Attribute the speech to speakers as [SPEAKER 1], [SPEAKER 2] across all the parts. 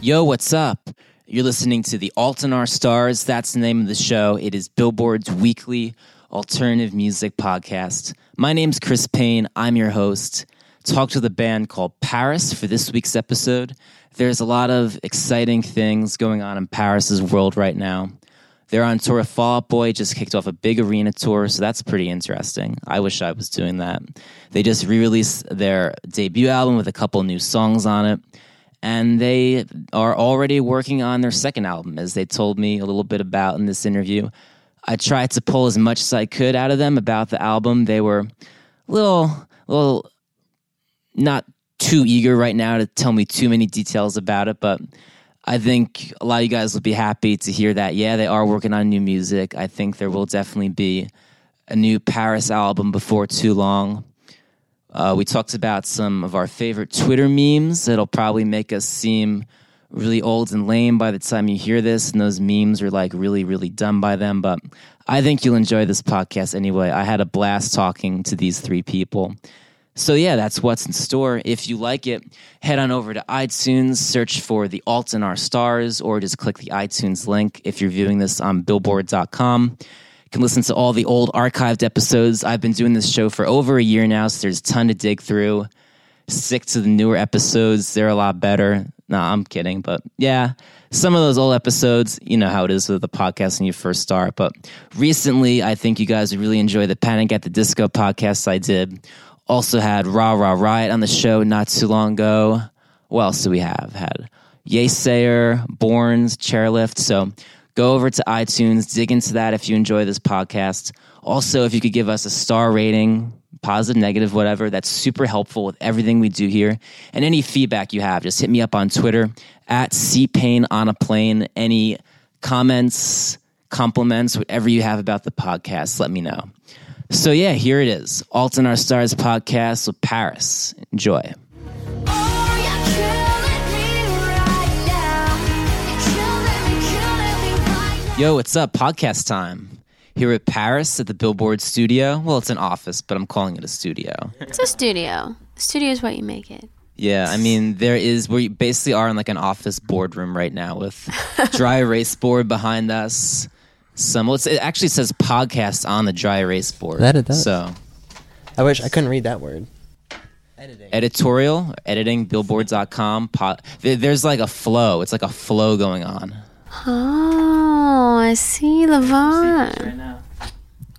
[SPEAKER 1] Yo, what's up? You're listening to the Altanar Stars. That's the name of the show. It is Billboard's weekly alternative music podcast. My name's Chris Payne. I'm your host. Talk to the band called Paris for this week's episode. There's a lot of exciting things going on in Paris's world right now. They're on tour with Fall Out Boy, just kicked off a big arena tour, so that's pretty interesting. I wish I was doing that. They just re released their debut album with a couple new songs on it, and they are already working on their second album, as they told me a little bit about in this interview. I tried to pull as much as I could out of them about the album. They were a little, little not too eager right now to tell me too many details about it, but I think a lot of you guys will be happy to hear that. Yeah, they are working on new music. I think there will definitely be a new Paris album before too long. Uh, we talked about some of our favorite Twitter memes that'll probably make us seem really old and lame by the time you hear this, and those memes are like really, really dumb by them. But I think you'll enjoy this podcast anyway. I had a blast talking to these three people. So, yeah, that's what's in store. If you like it, head on over to iTunes, search for the Alt and Our Stars, or just click the iTunes link if you're viewing this on billboard.com. You can listen to all the old archived episodes. I've been doing this show for over a year now, so there's a ton to dig through. Stick to the newer episodes, they're a lot better. Nah, I'm kidding, but yeah, some of those old episodes, you know how it is with the podcast when you first start. But recently, I think you guys would really enjoy the Panic at the Disco podcast I did. Also had Rah Rah Riot on the show not too long ago. What else do we have? Had Yesayer, Borns, Chairlift. So go over to iTunes, dig into that if you enjoy this podcast. Also, if you could give us a star rating, positive, negative, whatever, that's super helpful with everything we do here. And any feedback you have, just hit me up on Twitter at CPain on a plane. Any comments, compliments, whatever you have about the podcast, let me know. So yeah, here it is. Alt and Our Stars podcast with Paris. Enjoy.
[SPEAKER 2] Oh, you're killing me right now. You're killing me, killing me right now.
[SPEAKER 1] Yo, what's up? Podcast time. Here at Paris at the Billboard studio. Well, it's an office, but I'm calling it a studio.
[SPEAKER 3] It's a studio. Studio is what you make it.
[SPEAKER 1] Yeah, I mean, there is, we basically are in like an office boardroom right now with dry erase board behind us. Some, well, it's, it actually says podcast on the dry erase board.
[SPEAKER 4] That it does.
[SPEAKER 1] So,
[SPEAKER 4] I wish I couldn't read that word.
[SPEAKER 1] editorial, editing, billboard.com. Pod, there- there's like a flow. It's like a flow going on.
[SPEAKER 3] Oh, I see the vibe.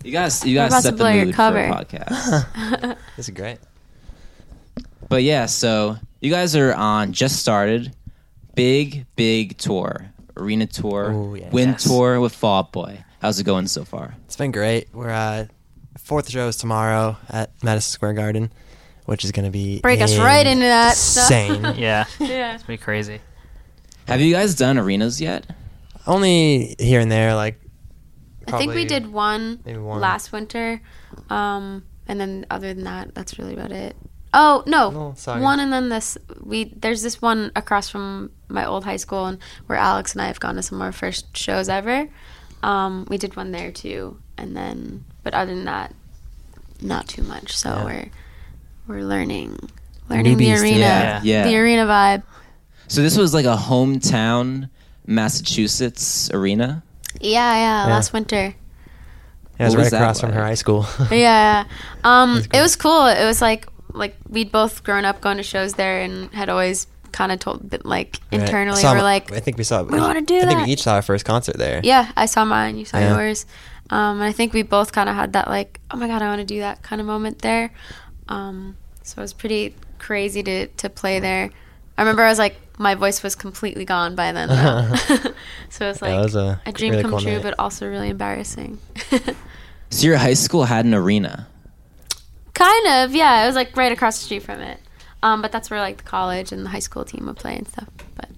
[SPEAKER 1] You guys, you guys
[SPEAKER 3] about to
[SPEAKER 1] set the
[SPEAKER 3] blow your
[SPEAKER 1] mood for a
[SPEAKER 3] cover.
[SPEAKER 1] podcast.
[SPEAKER 4] This is great.
[SPEAKER 1] But yeah, so you guys are on just started big big tour, arena tour,
[SPEAKER 4] Ooh, yeah.
[SPEAKER 1] wind
[SPEAKER 4] Yes.
[SPEAKER 1] tour with Fall Out Boy. How's it going so far?
[SPEAKER 4] It's been great. We're uh, fourth show is tomorrow at Madison Square Garden, which is going to be
[SPEAKER 3] Break us right into that stuff.
[SPEAKER 4] Insane.
[SPEAKER 5] Yeah. Yeah. It's pretty crazy.
[SPEAKER 1] Have you guys done arenas yet?
[SPEAKER 4] Only here and there, like
[SPEAKER 3] I think we
[SPEAKER 4] probably
[SPEAKER 3] did one,
[SPEAKER 4] maybe one.
[SPEAKER 3] last winter, um, and then other than that, that's really about it. Oh no,
[SPEAKER 4] No, sorry.
[SPEAKER 3] one and then this we there's this one across from my old high school, and where Alex and I have gone to some of our first shows ever. Um, we did one there too, and then but other than that, not too much. So we're we're learning learning
[SPEAKER 4] Newbies
[SPEAKER 3] the
[SPEAKER 4] to
[SPEAKER 3] arena,
[SPEAKER 1] Yeah, yeah.
[SPEAKER 3] the arena vibe.
[SPEAKER 1] So this was like a hometown Massachusetts arena.
[SPEAKER 3] Yeah, yeah,
[SPEAKER 4] Yeah.
[SPEAKER 3] last winter.
[SPEAKER 4] It was
[SPEAKER 1] What was
[SPEAKER 4] right
[SPEAKER 1] that
[SPEAKER 4] across from her
[SPEAKER 1] like?
[SPEAKER 4] high school.
[SPEAKER 3] Yeah. Um, it was cool. It was like like we'd both grown up going to shows there and had always kind of told but, like internally
[SPEAKER 4] Saw
[SPEAKER 3] we're
[SPEAKER 4] my-
[SPEAKER 3] like
[SPEAKER 4] I think we saw.
[SPEAKER 3] "We wanna do
[SPEAKER 4] I think
[SPEAKER 3] that."
[SPEAKER 4] we each saw our first concert there.
[SPEAKER 3] yeah I saw mine you saw
[SPEAKER 4] Yeah.
[SPEAKER 3] yours um, and I think we both kind of had that like oh my god I want to do that kind of moment there um, so it was pretty crazy to to play there I remember I was like my voice was completely gone by then though. so it was like
[SPEAKER 4] Yeah, it was a
[SPEAKER 3] a dream
[SPEAKER 4] really
[SPEAKER 3] come
[SPEAKER 4] cool
[SPEAKER 3] true but
[SPEAKER 4] night.
[SPEAKER 3] also really embarrassing
[SPEAKER 1] So your high school had an arena.
[SPEAKER 3] Kind of, yeah. It was like right across the street from it. Um, but that's where like the college and the high school team would play and stuff. But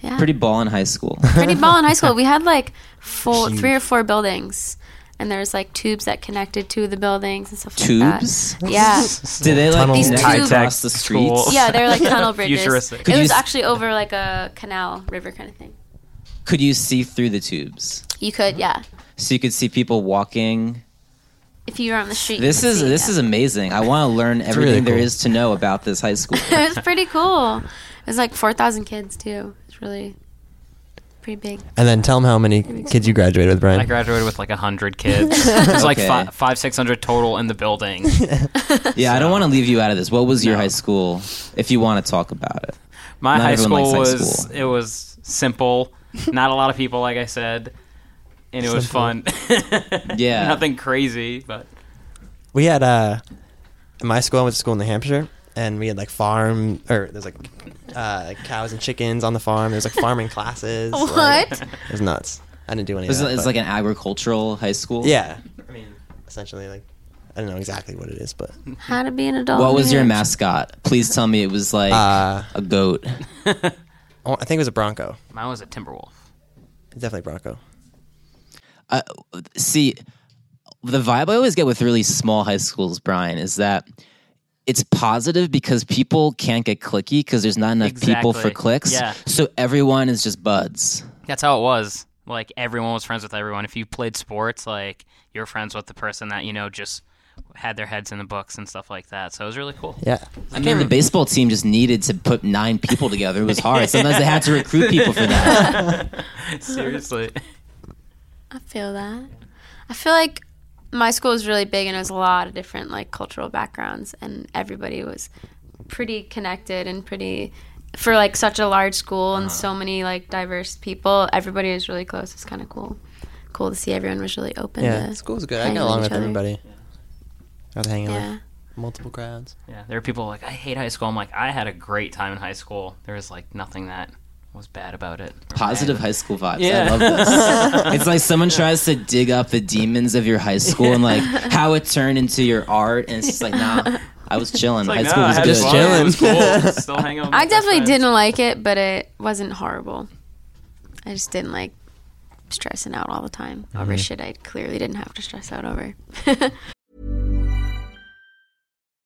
[SPEAKER 3] yeah,
[SPEAKER 1] Pretty ball in high school.
[SPEAKER 3] pretty ball in high school. We had like four, three or four buildings, and there was like tubes that connected to the buildings and stuff
[SPEAKER 1] Tubes?
[SPEAKER 3] like that. Yeah,
[SPEAKER 1] Did they like
[SPEAKER 4] Tunnels.
[SPEAKER 1] connect
[SPEAKER 3] High-tech
[SPEAKER 1] across the streets?
[SPEAKER 5] school.
[SPEAKER 3] yeah. They're like tunnel bridges.
[SPEAKER 5] Futuristic.
[SPEAKER 1] Could
[SPEAKER 3] It
[SPEAKER 1] you
[SPEAKER 3] was
[SPEAKER 1] s-
[SPEAKER 3] actually over like a canal, river kind of thing.
[SPEAKER 1] Could you see through the tubes?
[SPEAKER 3] You could, yeah.
[SPEAKER 1] So you could see people walking.
[SPEAKER 3] If you were on the street, you
[SPEAKER 1] This
[SPEAKER 3] could
[SPEAKER 1] is
[SPEAKER 3] see,
[SPEAKER 1] this
[SPEAKER 3] yeah.
[SPEAKER 1] is amazing. I want to learn everything
[SPEAKER 4] really
[SPEAKER 1] there
[SPEAKER 4] cool.
[SPEAKER 1] is to know about this high school.
[SPEAKER 3] it was pretty cool. It was like four thousand kids too. It's really pretty big.
[SPEAKER 4] And then tell them how many kids you graduated with, Brian.
[SPEAKER 5] I graduated with like hundred kids. There's like
[SPEAKER 1] Okay.
[SPEAKER 5] fi- five, six hundred total in the building.
[SPEAKER 1] yeah, I don't want to leave you out of this. What was your
[SPEAKER 5] No.
[SPEAKER 1] high school? If you want to talk about it,
[SPEAKER 5] My
[SPEAKER 1] Not
[SPEAKER 5] high
[SPEAKER 1] everyone
[SPEAKER 5] school
[SPEAKER 1] likes high
[SPEAKER 5] was
[SPEAKER 1] school.
[SPEAKER 5] it was simple. Not a lot of people, like I said, and it was fun.
[SPEAKER 1] Yeah.
[SPEAKER 5] nothing crazy, but
[SPEAKER 4] we had uh, in my school. I went to school in New Hampshire, and we had like farm or there's like uh, like cows and chickens on the farm. There's like farming classes. like,
[SPEAKER 3] What?
[SPEAKER 4] it was nuts. I didn't do any.
[SPEAKER 1] it's,
[SPEAKER 4] of that,
[SPEAKER 1] it's
[SPEAKER 4] but-
[SPEAKER 1] like an agricultural high school.
[SPEAKER 4] yeah. I mean, essentially, like I don't know exactly what it is, but
[SPEAKER 3] How to be an adult.
[SPEAKER 1] What was your
[SPEAKER 3] man.
[SPEAKER 1] mascot? Please tell me it was like
[SPEAKER 4] uh,
[SPEAKER 1] a goat.
[SPEAKER 4] I wa- I think it was a Bronco.
[SPEAKER 5] mine was a Timberwolf.
[SPEAKER 4] It's definitely Bronco.
[SPEAKER 1] See, the vibe I always get with really small high schools, Brian, is that it's positive because people can't get clicky because there's not enough people for
[SPEAKER 5] Exactly.
[SPEAKER 1] clicks.
[SPEAKER 5] Yeah.
[SPEAKER 1] So everyone is just buds.
[SPEAKER 5] That's how it was. Like everyone was friends with everyone. If you played sports, like you were friends with the person that you know just had their heads in the books and stuff like that. So it was really cool.
[SPEAKER 4] Yeah.
[SPEAKER 1] I mean, the baseball team just needed to put nine people together. It was hard. Sometimes they had to recruit people for that.
[SPEAKER 5] Seriously,
[SPEAKER 3] I feel that. I feel like my school was really big and it was a lot of different like cultural backgrounds and everybody was pretty connected and pretty for like such a large school and so many like diverse people, everybody was really close. It's kind of cool. Cool to see everyone was really open.
[SPEAKER 4] Yeah.
[SPEAKER 3] to
[SPEAKER 4] School's good. I
[SPEAKER 3] hanging
[SPEAKER 4] got along
[SPEAKER 3] each
[SPEAKER 4] with
[SPEAKER 3] other.
[SPEAKER 4] everybody. I was hanging
[SPEAKER 3] Yeah.
[SPEAKER 4] with multiple crowds.
[SPEAKER 5] yeah. There are people like I hate high school. I'm like I had a great time in high school. There was like nothing that was bad about it.
[SPEAKER 1] Positive high school vibes. I
[SPEAKER 5] Yeah.
[SPEAKER 1] love this. it's like someone tries to dig up the demons of your high school and like how it turned into your art. And it's just like, nah, I was chilling. high school
[SPEAKER 5] nah, I
[SPEAKER 1] was
[SPEAKER 5] had
[SPEAKER 1] good.
[SPEAKER 4] just
[SPEAKER 5] fun.
[SPEAKER 4] chilling.
[SPEAKER 5] It was cool. Still hanging out with my
[SPEAKER 3] I definitely
[SPEAKER 5] friends.
[SPEAKER 3] didn't like it, but it wasn't horrible. I just didn't like stressing out all the time over shit I clearly didn't have to stress out over.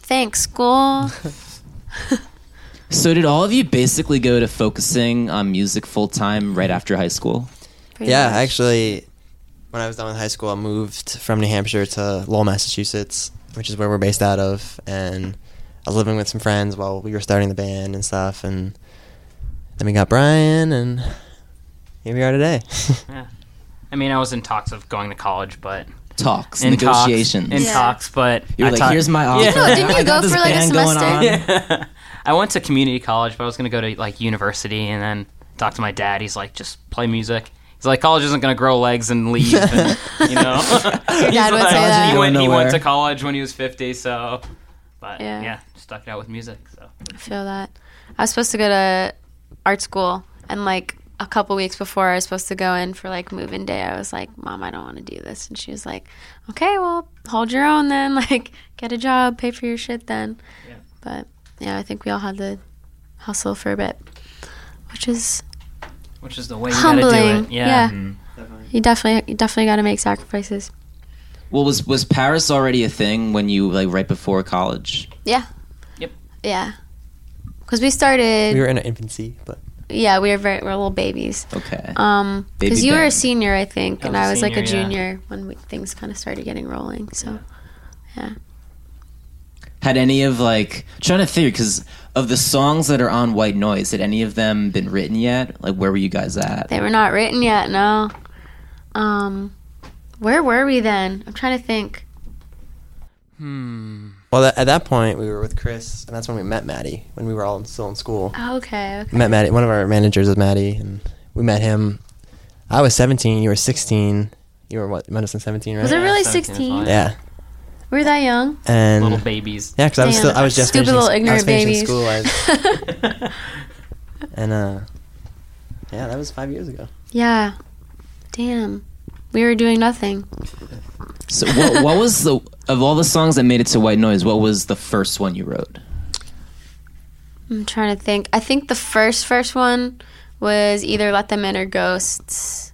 [SPEAKER 3] Thanks, school.
[SPEAKER 1] So did all of you basically go to focusing on music full time right after high school?
[SPEAKER 3] Pretty
[SPEAKER 4] yeah,
[SPEAKER 3] much.
[SPEAKER 4] actually, when I was done with high school, I moved from New Hampshire to Lowell, Massachusetts, which is where we're based out of. And I was living with some friends while we were starting the band and stuff. And then we got Brian, and here we are today.
[SPEAKER 5] Yeah. I mean, I was in talks of going to college, but
[SPEAKER 1] talks,
[SPEAKER 5] in talks-
[SPEAKER 1] negotiations.
[SPEAKER 5] in talks, but
[SPEAKER 1] You're
[SPEAKER 5] I
[SPEAKER 1] like,
[SPEAKER 5] taught-
[SPEAKER 1] here's my offer.
[SPEAKER 5] Yeah.
[SPEAKER 3] No, didn't you
[SPEAKER 1] I got
[SPEAKER 3] go
[SPEAKER 1] this
[SPEAKER 3] for, like,
[SPEAKER 1] band
[SPEAKER 3] a
[SPEAKER 1] going on.
[SPEAKER 5] Yeah. I went to community college, but I was going to go to like university and then talk to my dad. He's like, just play music. He's like, college isn't going to grow legs and leave. And, you know, He's
[SPEAKER 3] dad would
[SPEAKER 5] like-
[SPEAKER 3] say that.
[SPEAKER 5] He went, he
[SPEAKER 1] Nowhere.
[SPEAKER 5] went to college when he was 50, so. But
[SPEAKER 3] Yeah.
[SPEAKER 5] yeah. stuck it out with music. So
[SPEAKER 3] I feel that. I was supposed to go to art school, and like a couple weeks before I was supposed to go in for like move in day, I was like, Mom, I don't want to do this. And she was like, Okay, well, hold your own then. Like, get a job, pay for your shit then. But yeah, I think we all had to hustle for a bit, which is
[SPEAKER 5] which is the way you gotta do
[SPEAKER 3] humbling.
[SPEAKER 5] it.
[SPEAKER 3] Yeah.
[SPEAKER 5] Yeah. Mm-hmm.
[SPEAKER 3] You definitely, you definitely got to make sacrifices.
[SPEAKER 1] Well, was was Paris already a thing when you like right before college?
[SPEAKER 3] Yeah.
[SPEAKER 5] Yep.
[SPEAKER 3] Yeah. Because we started,
[SPEAKER 4] We were in our infancy, but
[SPEAKER 3] yeah, we were very, we were little babies.
[SPEAKER 1] Okay.
[SPEAKER 3] Um,
[SPEAKER 1] Baby
[SPEAKER 3] because you were a
[SPEAKER 1] Ben.
[SPEAKER 3] senior, I think,
[SPEAKER 5] I
[SPEAKER 3] and
[SPEAKER 5] was a
[SPEAKER 3] I was like a
[SPEAKER 5] senior, yeah.
[SPEAKER 3] junior when we, things kind of started getting rolling. So, yeah,
[SPEAKER 1] Had any of like trying to figure because of the songs that are on White Noise, had any of them been written yet? Like, where were you guys at?
[SPEAKER 3] they were not written yet. No. Um, where were we then? I'm trying to think.
[SPEAKER 4] well, that, at that point we were with Chris, and that's when we met Maddie when we were all in, still in school.
[SPEAKER 3] Oh, okay. okay.
[SPEAKER 4] met Maddie. One of our managers is Maddie, and we met him. I was 17. You were 16. You were what? Medicine 17, right?
[SPEAKER 3] Was it really
[SPEAKER 5] 17 is
[SPEAKER 3] 16?
[SPEAKER 5] fine.
[SPEAKER 4] Yeah.
[SPEAKER 3] Were you that young?
[SPEAKER 4] And
[SPEAKER 5] Little babies.
[SPEAKER 4] yeah, because I was
[SPEAKER 3] Damn,
[SPEAKER 4] still I was just
[SPEAKER 3] stupid
[SPEAKER 4] finishing,
[SPEAKER 3] little
[SPEAKER 4] I was
[SPEAKER 3] ignorant
[SPEAKER 4] finishing
[SPEAKER 3] babies.
[SPEAKER 4] school. I, and uh, yeah, that was five years ago.
[SPEAKER 3] Yeah. Damn. We were doing nothing.
[SPEAKER 1] So, what, what was the of all the songs that made it to White Noise? What was the first one you wrote?
[SPEAKER 3] I'm trying to think. I think the first first one was either Let Them In or Ghosts,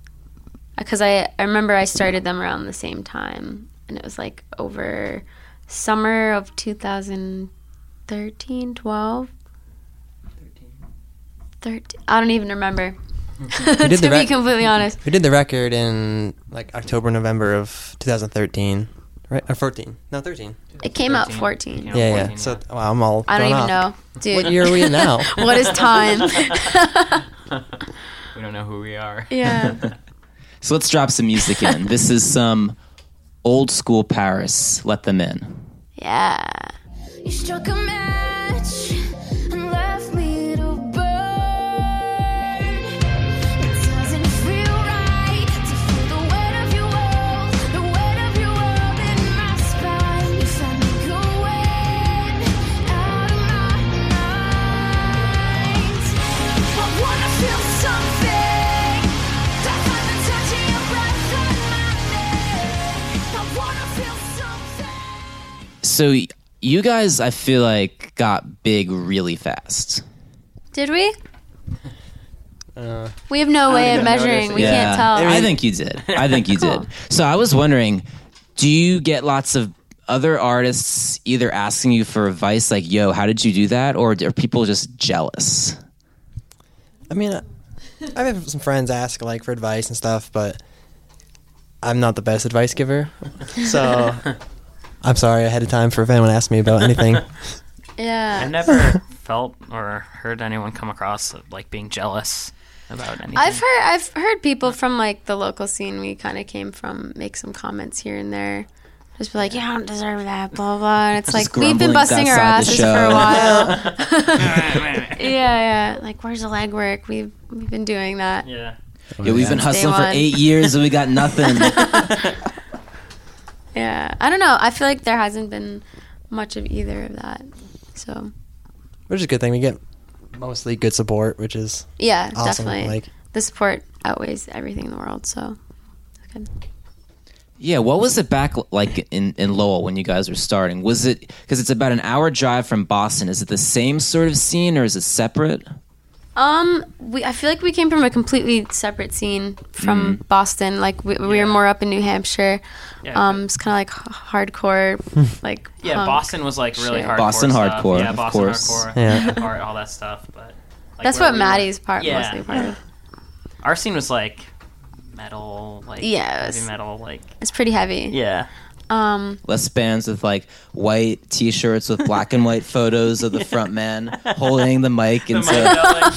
[SPEAKER 3] because I I remember I started them around the same time, and it was like over summer of 2013, 12. 13. I don't even remember. to
[SPEAKER 4] did the
[SPEAKER 3] be
[SPEAKER 4] rec-
[SPEAKER 3] completely honest,
[SPEAKER 4] We did the record in like October, November of 2013, right? Or 14? No, 13.
[SPEAKER 3] it came out
[SPEAKER 5] 13.
[SPEAKER 3] 14.
[SPEAKER 5] Yeah.
[SPEAKER 4] Yeah, yeah.
[SPEAKER 5] 14,
[SPEAKER 4] So wow, I'm all.
[SPEAKER 3] I don't
[SPEAKER 4] thrown
[SPEAKER 3] even know,
[SPEAKER 4] off.
[SPEAKER 3] dude.
[SPEAKER 4] What year are we in now?
[SPEAKER 3] what is time?
[SPEAKER 5] We don't know who we are.
[SPEAKER 3] yeah.
[SPEAKER 1] So let's drop some music in. This is some old school Paris. Let them in.
[SPEAKER 3] Yeah.
[SPEAKER 2] You struck a match and left me to burn. It doesn't feel right to feel the weight of your world, the weight of your world in my spine. You found me going out of my mind. I wanna feel something. Don't find the touch of your breath on my neck. I wanna feel something.
[SPEAKER 1] So y- you guys, I feel like got big really fast.
[SPEAKER 3] Did we?
[SPEAKER 4] Uh,
[SPEAKER 3] We have no way of
[SPEAKER 4] even
[SPEAKER 3] measuring.
[SPEAKER 4] notice.
[SPEAKER 3] We
[SPEAKER 1] yeah,
[SPEAKER 3] can't tell.
[SPEAKER 1] I think you did. I think you did. So I was wondering, do you get lots of other artists either asking you for advice, like "Yo, how did you do that?" or are people just jealous?
[SPEAKER 4] I mean, uh, I- I've had some friends ask like for advice and stuff, but I'm not the best advice giver. So I'm sorry ahead of time for if anyone asks me about anything.
[SPEAKER 3] yeah.
[SPEAKER 5] I never felt or heard anyone come across like being jealous about anything.
[SPEAKER 3] I've heard I've heard people from like the local scene we kind of came from make some comments here and there. Just be like, yeah, I don't deserve that, blah blah. And it's like we've been
[SPEAKER 1] grumbling
[SPEAKER 3] busting our
[SPEAKER 1] outside the
[SPEAKER 3] asses for a
[SPEAKER 1] show.
[SPEAKER 3] while. yeah, yeah. Like, where's the legwork? We've we've been doing that.
[SPEAKER 5] yeah.
[SPEAKER 1] Yo, we've been hustling for
[SPEAKER 3] one.
[SPEAKER 1] eight years and we got nothing.
[SPEAKER 3] Yeah, I don't know. I feel like there hasn't been much of either of that. So
[SPEAKER 4] which is a good thing. We get mostly good support, which is
[SPEAKER 3] yeah,
[SPEAKER 4] awesome.
[SPEAKER 3] definitely
[SPEAKER 4] Like
[SPEAKER 3] the support outweighs everything in the world. So it's good.
[SPEAKER 1] Yeah, what was it back like in, in Lowell when you guys were starting? Was it because it's about an hour drive from Boston? Is it the same sort of scene or is it separate?
[SPEAKER 3] Um, we I feel like we came from a completely separate scene from
[SPEAKER 5] Mm.
[SPEAKER 3] Boston. Like we, we were more up in New Hampshire.
[SPEAKER 5] Yeah, Hmm.
[SPEAKER 3] um, it's kind of like h- hardcore, like
[SPEAKER 5] Yeah,
[SPEAKER 3] punk.
[SPEAKER 5] Boston was like really
[SPEAKER 3] shit.
[SPEAKER 5] hardcore.
[SPEAKER 1] Boston
[SPEAKER 5] stuff.
[SPEAKER 1] hardcore,
[SPEAKER 5] Yeah,
[SPEAKER 1] of
[SPEAKER 5] Boston
[SPEAKER 1] course.
[SPEAKER 5] hardcore.
[SPEAKER 4] Yeah.
[SPEAKER 5] Yeah, hard- all that stuff. But like,
[SPEAKER 3] That's
[SPEAKER 5] where
[SPEAKER 3] what
[SPEAKER 5] we were-
[SPEAKER 3] Maddie's part
[SPEAKER 5] Yeah,
[SPEAKER 3] mostly part
[SPEAKER 5] yeah.
[SPEAKER 3] of.
[SPEAKER 5] Our scene was like metal, like
[SPEAKER 3] Yeah, it was-
[SPEAKER 5] heavy metal, like
[SPEAKER 3] It's pretty heavy.
[SPEAKER 5] yeah.
[SPEAKER 3] Um,
[SPEAKER 1] Less bands with like white T-shirts with black and white photos of the front man holding the mic, and so that,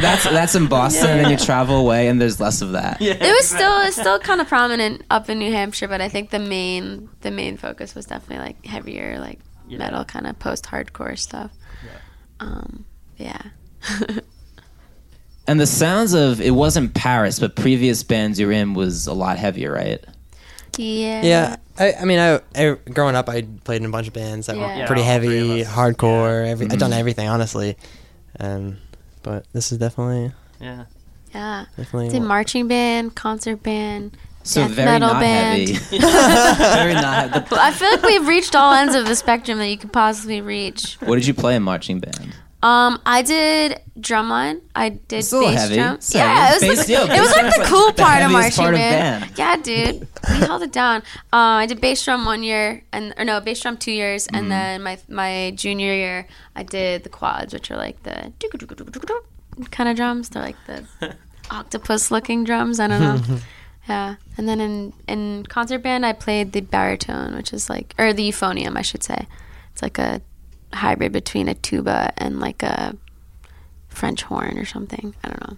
[SPEAKER 1] that's that's in Boston, and then you travel away, and there's less of that.
[SPEAKER 3] it was still it's still kind of prominent up in New Hampshire, but I think the main the main focus was definitely like heavier, like metal kind of post hardcore stuff. Um, yeah.
[SPEAKER 1] And the sounds of it wasn't Paris, but previous bands you were in was a lot heavier, right?
[SPEAKER 3] yeah.
[SPEAKER 4] Yeah, I, I mean, I, I growing up, I played in a bunch of bands that
[SPEAKER 3] Yeah.
[SPEAKER 4] were Oh, pretty
[SPEAKER 5] Yeah, all three of
[SPEAKER 4] heavy,
[SPEAKER 5] us.
[SPEAKER 4] hardcore. Every, I've done everything, honestly. Um, but this is definitely
[SPEAKER 5] Yeah.
[SPEAKER 3] Yeah.
[SPEAKER 4] definitely.
[SPEAKER 3] It's a marching band, concert band,
[SPEAKER 1] So
[SPEAKER 3] death
[SPEAKER 1] very
[SPEAKER 3] metal
[SPEAKER 1] not
[SPEAKER 3] band.
[SPEAKER 1] heavy. very not. heavy.
[SPEAKER 3] I feel like we've reached all ends of the spectrum that you could possibly reach.
[SPEAKER 1] what did you play in marching band?
[SPEAKER 3] Um, I did drumline. I did
[SPEAKER 1] Still
[SPEAKER 3] bass
[SPEAKER 1] heavy.
[SPEAKER 3] drum.
[SPEAKER 1] So,
[SPEAKER 3] yeah, it
[SPEAKER 1] bass-
[SPEAKER 3] was, like,
[SPEAKER 1] yeah,
[SPEAKER 3] it was
[SPEAKER 1] bass
[SPEAKER 3] like the
[SPEAKER 1] drum's
[SPEAKER 3] cool
[SPEAKER 1] like the
[SPEAKER 3] part of
[SPEAKER 1] heaviest
[SPEAKER 3] marching
[SPEAKER 1] part of
[SPEAKER 3] band.
[SPEAKER 1] band.
[SPEAKER 3] Yeah, dude, we held it down. Um, I did bass drum one year, and or no, bass drum two years,
[SPEAKER 1] Mm-hmm.
[SPEAKER 3] and then my my junior year, I did the quads, which are like the kind of drums. They're like the octopus looking drums. I don't know. Yeah, and then in in concert band, I played the baritone, which is like or the euphonium, I should say. It's like a hybrid between a tuba and like a French horn or something. I don't know.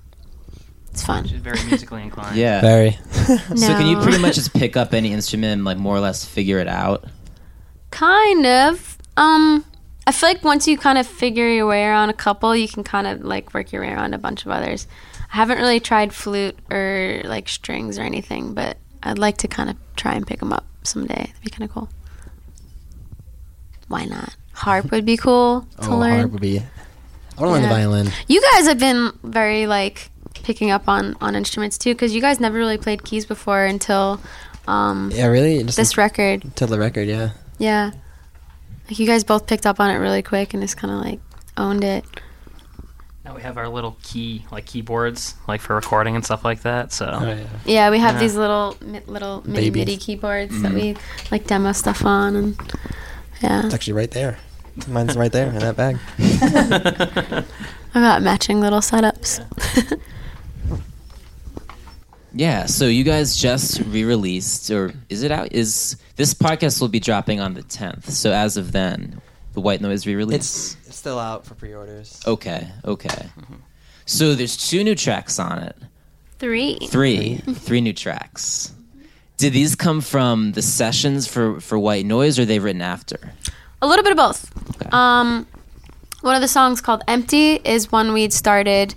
[SPEAKER 3] It's fun.
[SPEAKER 5] She's very musically inclined.
[SPEAKER 1] Yeah.
[SPEAKER 4] very.
[SPEAKER 1] So can you
[SPEAKER 3] No.
[SPEAKER 1] pretty much just pick up any instrument and like more or less figure it out?
[SPEAKER 3] Kind of. Um, I feel like once you kind of figure your way around a couple, you can kind of like work your way around a bunch of others. I haven't really tried flute or like strings or anything, but I'd like to kind of try and pick them up someday. That'd be kind of cool. Why not? Harp would be cool to
[SPEAKER 4] Oh,
[SPEAKER 3] learn.
[SPEAKER 4] harp would be. I want to learn the
[SPEAKER 3] Yeah.
[SPEAKER 4] violin.
[SPEAKER 3] You guys have been very like picking up on on instruments too, because you guys never really played keys before until um,
[SPEAKER 4] Yeah, really. Just
[SPEAKER 3] this record.
[SPEAKER 4] until the record, yeah.
[SPEAKER 3] Yeah, like you guys both picked up on it really quick and just kind of like owned it.
[SPEAKER 5] Now we have our little key, like keyboards, like for recording and stuff like that. So
[SPEAKER 3] Oh,
[SPEAKER 4] Oh,
[SPEAKER 3] Yeah, we have
[SPEAKER 5] Yeah.
[SPEAKER 3] these little mi- little mini
[SPEAKER 4] Babies. Mm-hmm.
[SPEAKER 3] MIDI keyboards that we like demo stuff on, and yeah,
[SPEAKER 4] It's actually right there. Mine's right there in that bag.
[SPEAKER 3] I got matching little setups.
[SPEAKER 1] Yeah. So you guys just re-released, or is it out? Is this podcast will be dropping on the tenth? So as of then, the White Noise re-release.
[SPEAKER 4] It's it's still out for pre-orders.
[SPEAKER 1] okay. Okay. So there's two new tracks on it.
[SPEAKER 3] Three.
[SPEAKER 1] Three, three new tracks. Did these come from the sessions for for White Noise, or are they written after?
[SPEAKER 3] A little bit of both. Um, one of the songs called "Empty" is one we'd started.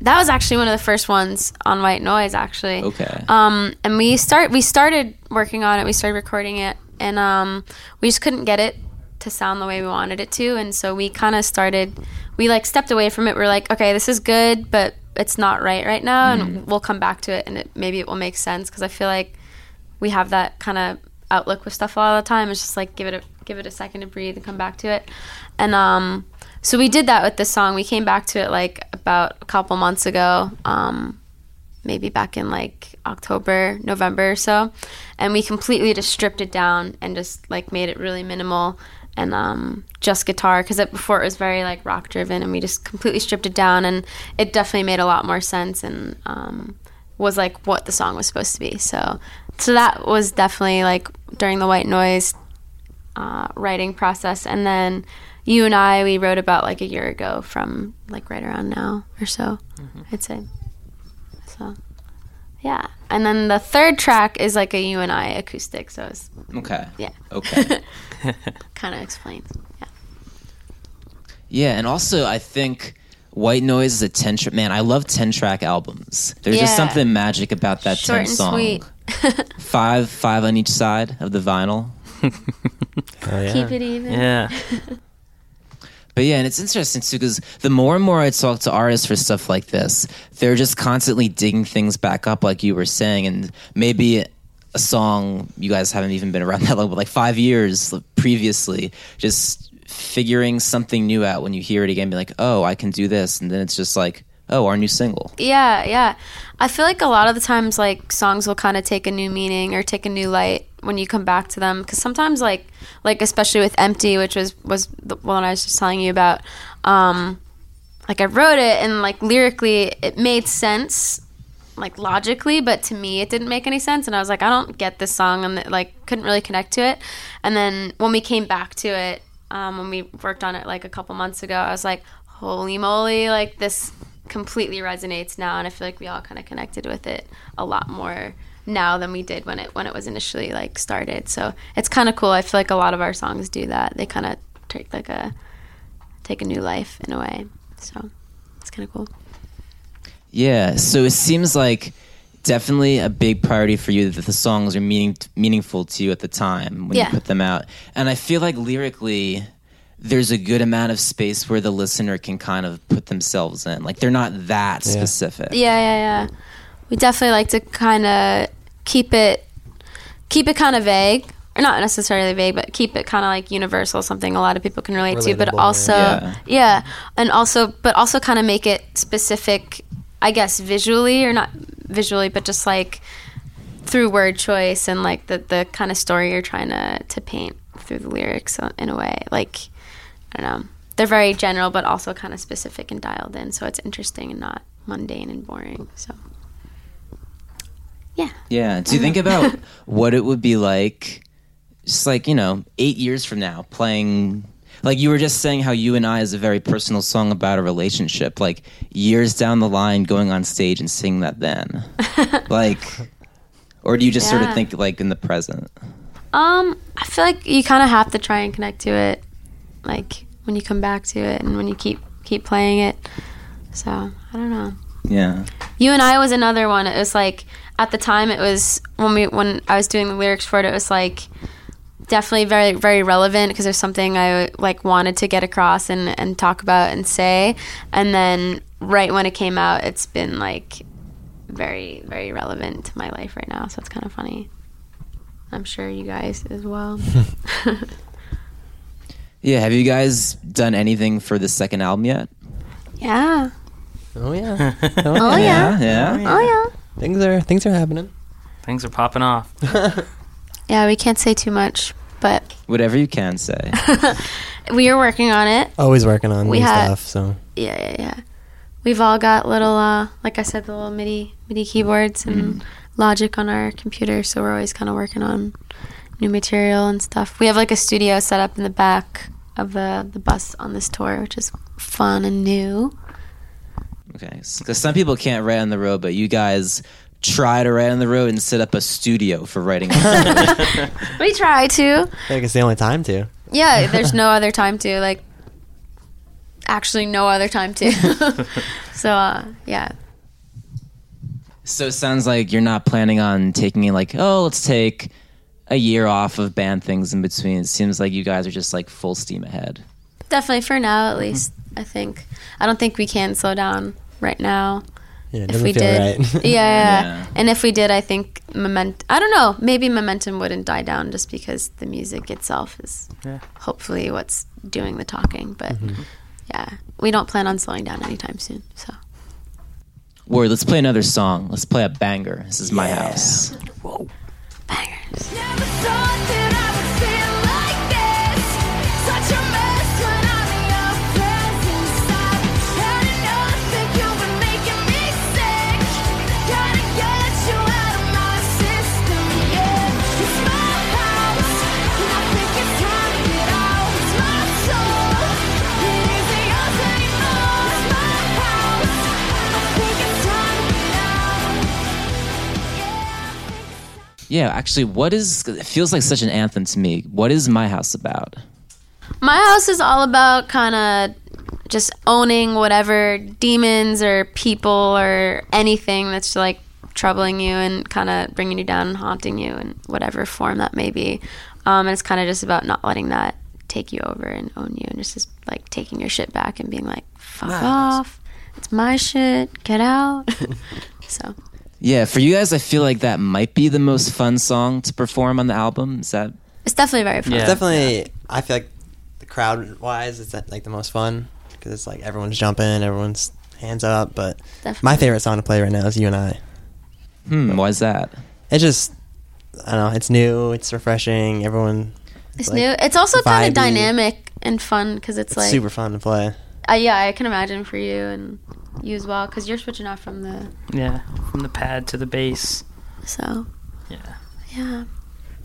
[SPEAKER 3] That was actually one of the first ones on White Noise, actually.
[SPEAKER 1] Okay.
[SPEAKER 3] Um, and we start we started working on it. We started recording it, and um, we just couldn't get it to sound the way we wanted it to, and so we kind of started. We like stepped away from it. We're like, okay, this is good, but it's not right right now, and we'll come back to it, and it, maybe it will make sense because I feel like we have that kind of outlook with stuff all the time. It's just like give it a give it a second to breathe and come back to it. And um, so we did that with this song. We came back to it like about a couple months ago, um, maybe back in like October, November or so, and we completely just stripped it down and just like made it really minimal and um, just guitar because before it was very like rock driven, and we just completely stripped it down, and it definitely made a lot more sense and. Um, was like what the song was supposed to be. So, so that was definitely like during the white noise uh, writing process, and then you and I we wrote about like a year ago from like right around now or so, I'd say. So, yeah, and then the third track is like a you and I acoustic, so it's
[SPEAKER 1] Okay.
[SPEAKER 3] yeah,
[SPEAKER 1] Okay.
[SPEAKER 3] kind of explains. Yeah.
[SPEAKER 1] Yeah, and also I think White Noise is a ten track. Man, I love ten track albums. There's just
[SPEAKER 3] Yeah.
[SPEAKER 1] something magic about that
[SPEAKER 3] Short
[SPEAKER 1] ten
[SPEAKER 3] and
[SPEAKER 1] song.
[SPEAKER 3] sweet.
[SPEAKER 1] Five, five on each side of the vinyl.
[SPEAKER 4] Oh yeah.
[SPEAKER 3] Keep it even.
[SPEAKER 5] yeah,
[SPEAKER 1] But yeah, and it's interesting too because the more and more I talk to artists for stuff like this, they're just constantly digging things back up, like you were saying, and maybe a song you guys haven't even been around that long, but like five years previously, just figuring something new out when you hear it again, be like, oh, I can do this, and then it's just like, oh, our new single.
[SPEAKER 3] Yeah, yeah. I feel like a lot of the times, like songs will kind of take a new meaning or take a new light when you come back to them. Because sometimes, like, like especially with "Empty," which was was the one I was just telling you about. Um, like I wrote it, and like lyrically, it made sense like logically, but to me it didn't make any sense. And I was like, I don't get this song, and like couldn't really connect to it. And then when we came back to it, um, when we worked on it like a couple months ago, I was like, holy moly, like this completely resonates now, and I feel like we all kind of connected with it a lot more now than we did when it when it was initially like started. So it's kind of cool. I feel like a lot of our songs do that. They kind of take like a take a new life in a way. So it's kind of cool.
[SPEAKER 1] Yeah, so it seems like definitely a big priority for you that the songs are meaning meaningful to you at the time when
[SPEAKER 3] Yeah.
[SPEAKER 1] you put them out. And I feel like lyrically there's a good amount of space where the listener can kind of put themselves in. Like they're not that specific.
[SPEAKER 3] Yeah, yeah, yeah. We definitely like to kind of keep it keep it kind of vague, or not necessarily vague, but keep it kind of like universal, something a lot of people can relate to. But
[SPEAKER 4] Relatable,
[SPEAKER 3] also,
[SPEAKER 1] yeah.
[SPEAKER 3] yeah. and also, but also kind of make it specific, I guess, visually or not visually, but just like through word choice and like the the kind of story you're trying to to paint through the lyrics uh, in a way, like I don't know. They're very general, but also kind of specific and dialed in. So it's interesting and not mundane and boring. So yeah,
[SPEAKER 1] Yeah. Do you think about what it would be like, just like, you know, eight years from now, playing? Like you were just saying how You and I is a very personal song about a relationship. Like years down the line, going on stage and singing that then. like, or do you just sort of
[SPEAKER 3] Yeah.
[SPEAKER 1] think like in the present?
[SPEAKER 3] um, I feel like you kind of have to try and connect to it, like when you come back to it and when you keep keep playing it. So I don't know.
[SPEAKER 1] Yeah.
[SPEAKER 3] You and I was another one. It was like at the time it was when we when I was doing the lyrics for it. It was like definitely very very relevant because there's something I like wanted to get across and and talk about and say. And then right when it came out, it's been like very very relevant to my life right now. So it's kind of funny. I'm sure you guys as well.
[SPEAKER 1] Yeah. Have you guys done anything for the second album yet?
[SPEAKER 3] yeah.
[SPEAKER 4] Oh yeah,
[SPEAKER 3] Oh yeah.
[SPEAKER 1] Yeah.
[SPEAKER 3] Oh yeah.
[SPEAKER 4] things are things are happening.
[SPEAKER 5] Things are popping off.
[SPEAKER 3] Yeah, we can't say too much, but
[SPEAKER 1] Whatever you can say.
[SPEAKER 3] we are working on it.
[SPEAKER 4] Always working on
[SPEAKER 3] We
[SPEAKER 4] new
[SPEAKER 3] had-
[SPEAKER 4] stuff. So
[SPEAKER 3] yeah, yeah, yeah. We've all got little, uh, like I said, the little MIDI MIDI keyboards and Logic on our computer, so we're always kind of working on new material and stuff. We have like a studio set up in the back of the the bus on this tour, which is fun and new.
[SPEAKER 1] Okay, because some people can't write on the road, but you guys try to write on the road and set up a studio for writing. On the road.
[SPEAKER 3] We try to.
[SPEAKER 4] I think it's the only time to.
[SPEAKER 3] Yeah, there's no other time to like. Actually, no other time to. so uh, yeah,
[SPEAKER 1] so it sounds like you're not planning on taking it like, oh, let's take a year off of band things in between. It seems like you guys are just like full steam ahead.
[SPEAKER 3] definitely for now at least. I think I don't think we can slow down right now.
[SPEAKER 4] Yeah, it
[SPEAKER 3] if
[SPEAKER 4] doesn't
[SPEAKER 3] we
[SPEAKER 4] feel
[SPEAKER 3] did.
[SPEAKER 4] right.
[SPEAKER 3] yeah, yeah, yeah.
[SPEAKER 1] Yeah.
[SPEAKER 3] And if we did, I think moment. I don't know. Maybe momentum wouldn't die down just because the music itself is hopefully what's doing the talking. But yeah, we don't plan on slowing down anytime soon. So
[SPEAKER 1] Word, let's play another song. Let's play a banger. This is my house.
[SPEAKER 3] bangers.
[SPEAKER 2] Never thought that I would feel like this. Such a mess when I'm in your presence. I've had enough that you've been making me sick. Gotta get you out of my system, yeah. It's my house, and I think it's time to get out. It's my soul, it isn't yours anymore. It's my house, I think it's time to get out.
[SPEAKER 1] Yeah, actually, what is? 'cause It feels like such an anthem to me. What is my house about?
[SPEAKER 3] My house is all about kind of just owning whatever demons or people or anything that's like troubling you and kind of bringing you down and haunting you in whatever form that may be. Um, and it's kind of just about not letting that take you over and own you and just, just like taking your shit back and being like, fuck off. It's my shit. Get out. so,
[SPEAKER 1] Yeah, for you guys, I feel like that might be the most fun song to perform on the album. Is that?
[SPEAKER 3] it's definitely very fun.
[SPEAKER 5] Yeah.
[SPEAKER 4] It's definitely. I feel like the crowd wise, it's uh, like the most fun because it's like everyone's jumping, everyone's hands up. But my
[SPEAKER 3] Definitely.
[SPEAKER 4] favorite song to play right now is "You and I."
[SPEAKER 1] Hmm, why is that?
[SPEAKER 4] It's just, I don't know. It's new. It's refreshing. Everyone.
[SPEAKER 3] It's
[SPEAKER 4] like,
[SPEAKER 3] new. It's also kind
[SPEAKER 4] vibey.
[SPEAKER 3] of dynamic and fun because it's,
[SPEAKER 4] It's
[SPEAKER 3] like,
[SPEAKER 4] super fun to play.
[SPEAKER 3] uh, yeah, I can imagine for you and you as well because you're switching off from the
[SPEAKER 5] Yeah, from the pad to the bass.
[SPEAKER 3] so
[SPEAKER 5] Yeah.
[SPEAKER 3] yeah,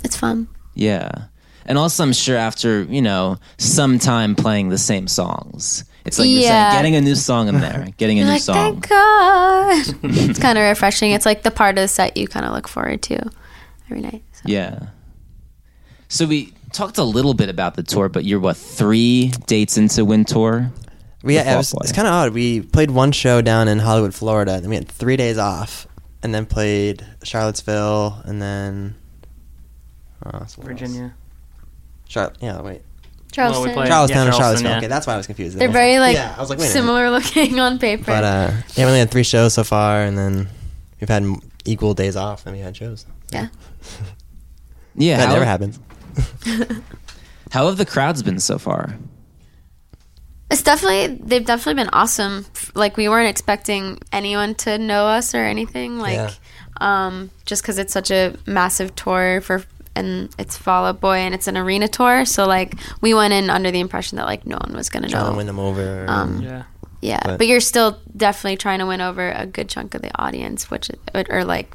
[SPEAKER 3] it's fun.
[SPEAKER 1] Yeah. And also, I'm sure after, you know, some time playing the same songs, it's like you're saying,
[SPEAKER 3] Yeah.
[SPEAKER 1] getting a new song in there, getting a new
[SPEAKER 3] like
[SPEAKER 1] song.
[SPEAKER 3] thank God. it's kind of refreshing. It's like the part of the set you kind of look forward to every night. So.
[SPEAKER 1] Yeah. So we talked a little bit about the tour, but you're what, three dates into Wind Tour?
[SPEAKER 4] We
[SPEAKER 1] The
[SPEAKER 4] yeah, it was,
[SPEAKER 1] Fall Boy.
[SPEAKER 4] it's kind of odd. We played one show down in Hollywood, Florida, and then we had three days off, and then played Charlottesville, and then uh, somewhere else.
[SPEAKER 5] Virginia.
[SPEAKER 4] Char- yeah, wait, Oh,
[SPEAKER 5] Well, we
[SPEAKER 3] Charleston.
[SPEAKER 5] played-
[SPEAKER 4] Charlestown
[SPEAKER 5] yeah,
[SPEAKER 4] or Charlottesville.
[SPEAKER 5] yeah.
[SPEAKER 4] Okay, that's why I was confused.
[SPEAKER 3] They're very like,
[SPEAKER 4] yeah, I was like wait a minute.
[SPEAKER 3] similar looking on paper.
[SPEAKER 4] But uh, yeah, we only had three shows so far, and then we've had m- equal days off, and we had shows.
[SPEAKER 3] yeah,
[SPEAKER 1] Yeah.
[SPEAKER 4] That
[SPEAKER 1] how,
[SPEAKER 4] never happens.
[SPEAKER 1] How have the crowds been so far?
[SPEAKER 3] it's definitely they've definitely been awesome. F- Like we weren't expecting anyone to know us or anything. Like
[SPEAKER 4] Yeah.
[SPEAKER 3] um, just because it's such a massive tour for and it's Fall Out Boy and it's an arena tour. So like we went in under the impression that like no one was gonna
[SPEAKER 4] Trying
[SPEAKER 3] know. Um,
[SPEAKER 4] to win them over. and-
[SPEAKER 5] Yeah.
[SPEAKER 3] Yeah,
[SPEAKER 4] But-
[SPEAKER 3] but, you're still definitely trying to win over a good chunk of the audience, which or like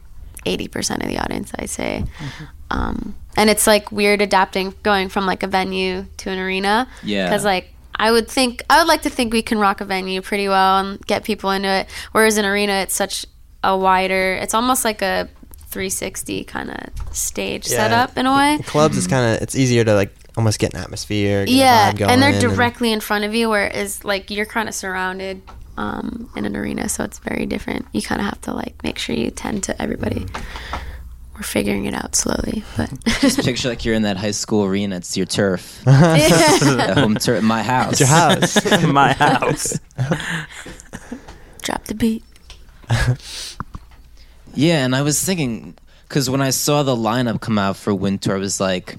[SPEAKER 3] eighty percent of the audience, I say.
[SPEAKER 4] Mm-hmm.
[SPEAKER 3] Um, and it's like weird adapting, going from like a venue to an arena.
[SPEAKER 1] Yeah.
[SPEAKER 3] because like I would think I would like to think we can rock a venue pretty well and get people into it. Whereas an arena, it's such a wider. It's almost like a 360 kind of stage
[SPEAKER 4] Yeah.
[SPEAKER 3] setup in a way.
[SPEAKER 4] clubs is kind of it's easier to like almost get an atmosphere. Get
[SPEAKER 3] Yeah,
[SPEAKER 4] a vibe going,
[SPEAKER 3] and they're directly in front of you, whereas like you're kind of surrounded um, in an arena, so it's very different. You kind of have to like make sure you tend to everybody.
[SPEAKER 1] Mm-hmm.
[SPEAKER 3] We're figuring it out slowly, but
[SPEAKER 1] Picture like you're in that high school arena. It's your turf, That home turf, my house.
[SPEAKER 4] It's your house.
[SPEAKER 5] My house.
[SPEAKER 3] drop the beat.
[SPEAKER 1] Yeah, and I was thinking because when I saw the lineup come out for Winter, I was like,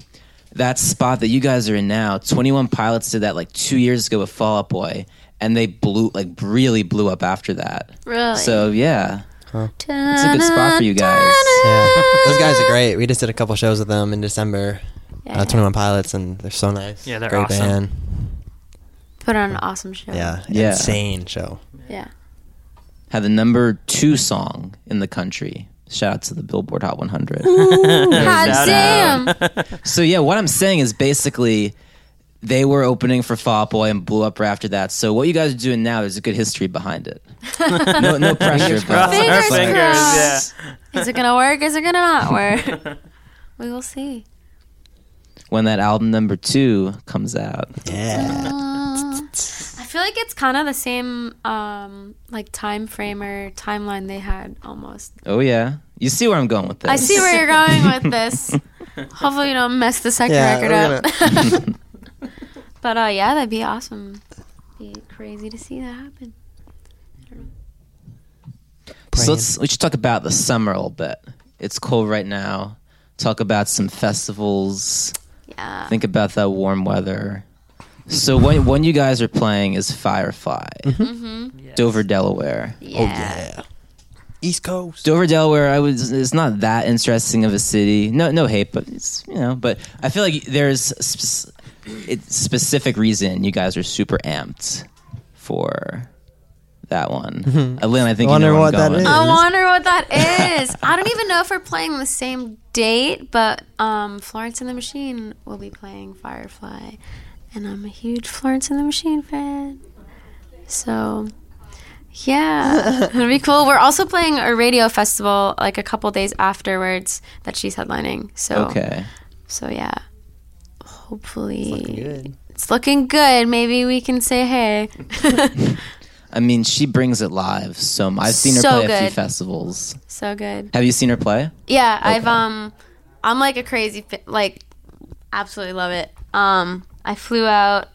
[SPEAKER 1] that spot that you guys are in now. Twenty One Pilots did that like two years ago with Fall Out Boy, and they blew like really blew up after that.
[SPEAKER 3] Really?
[SPEAKER 1] So yeah, it's a good spot for you guys.
[SPEAKER 4] yeah. Those guys are great. We just did a couple shows with them in December.
[SPEAKER 3] Yeah.
[SPEAKER 4] Uh, Twenty One Pilots, and they're so nice.
[SPEAKER 5] Yeah, they're
[SPEAKER 4] great
[SPEAKER 5] awesome.
[SPEAKER 4] band.
[SPEAKER 3] Put on an awesome show.
[SPEAKER 4] Yeah,
[SPEAKER 1] Yeah.
[SPEAKER 4] insane show.
[SPEAKER 3] yeah.
[SPEAKER 1] Had the number two song in the country. Shout out to the Billboard Hot 100.
[SPEAKER 3] God damn!
[SPEAKER 1] So yeah, what I'm saying is basically they were opening for Fall Out Boy and blew up right after that. So what you guys are doing now is a good history behind it. No, no pressure. but-
[SPEAKER 3] Fingers
[SPEAKER 5] Our fingers, yeah.
[SPEAKER 3] crossed. Is it gonna work? Is it gonna not work? we will see.
[SPEAKER 1] when that album number two comes out.
[SPEAKER 4] Yeah,
[SPEAKER 3] I feel like it's kind of the same um, like time frame or timeline they had almost
[SPEAKER 1] Oh yeah, you see where I'm going with this.
[SPEAKER 3] I see where you're going with this. Hopefully, you don't mess the second
[SPEAKER 4] Yeah,
[SPEAKER 3] record
[SPEAKER 4] we're
[SPEAKER 3] up. but uh, yeah, that'd be awesome. Be crazy to see that happen.
[SPEAKER 1] So let's we should talk about the summer a little bit. It's cold right now. Talk about some festivals.
[SPEAKER 4] Oh,
[SPEAKER 3] Yeah.
[SPEAKER 1] Think about that warm weather. So when when you guys are playing is Firefly,
[SPEAKER 3] Mm-hmm.
[SPEAKER 1] Dover, Delaware.
[SPEAKER 3] yeah.
[SPEAKER 4] Oh, East Coast.
[SPEAKER 1] Dover, Delaware, I was. It's not that interesting of a city. No, no hate, but it's you know. But I feel like there's sp- it's specific reason you guys are super amped for that one. Lynn, I think
[SPEAKER 4] Wonder
[SPEAKER 1] you know where
[SPEAKER 4] Mm-hmm. what that
[SPEAKER 1] I'm going.
[SPEAKER 4] is.
[SPEAKER 3] I wonder what that is. I don't even know if we're playing the same date, but um, Florence and the Machine will be playing Firefly, and I'm a huge Florence and the Machine fan. So, yeah, it'll be cool. We're also playing a radio festival like a couple days afterwards that she's headlining. So,
[SPEAKER 1] Okay.
[SPEAKER 3] so yeah, hopefully
[SPEAKER 4] Good.
[SPEAKER 3] it's looking good. Maybe we can say hey.
[SPEAKER 1] I mean, she brings it live. So m- I've seen her
[SPEAKER 3] So
[SPEAKER 1] play a few
[SPEAKER 3] good.
[SPEAKER 1] festivals.
[SPEAKER 3] So good.
[SPEAKER 1] Have you seen her play?
[SPEAKER 3] Yeah, I've um, I'm like a crazy fi- like, absolutely love it. Um, I flew out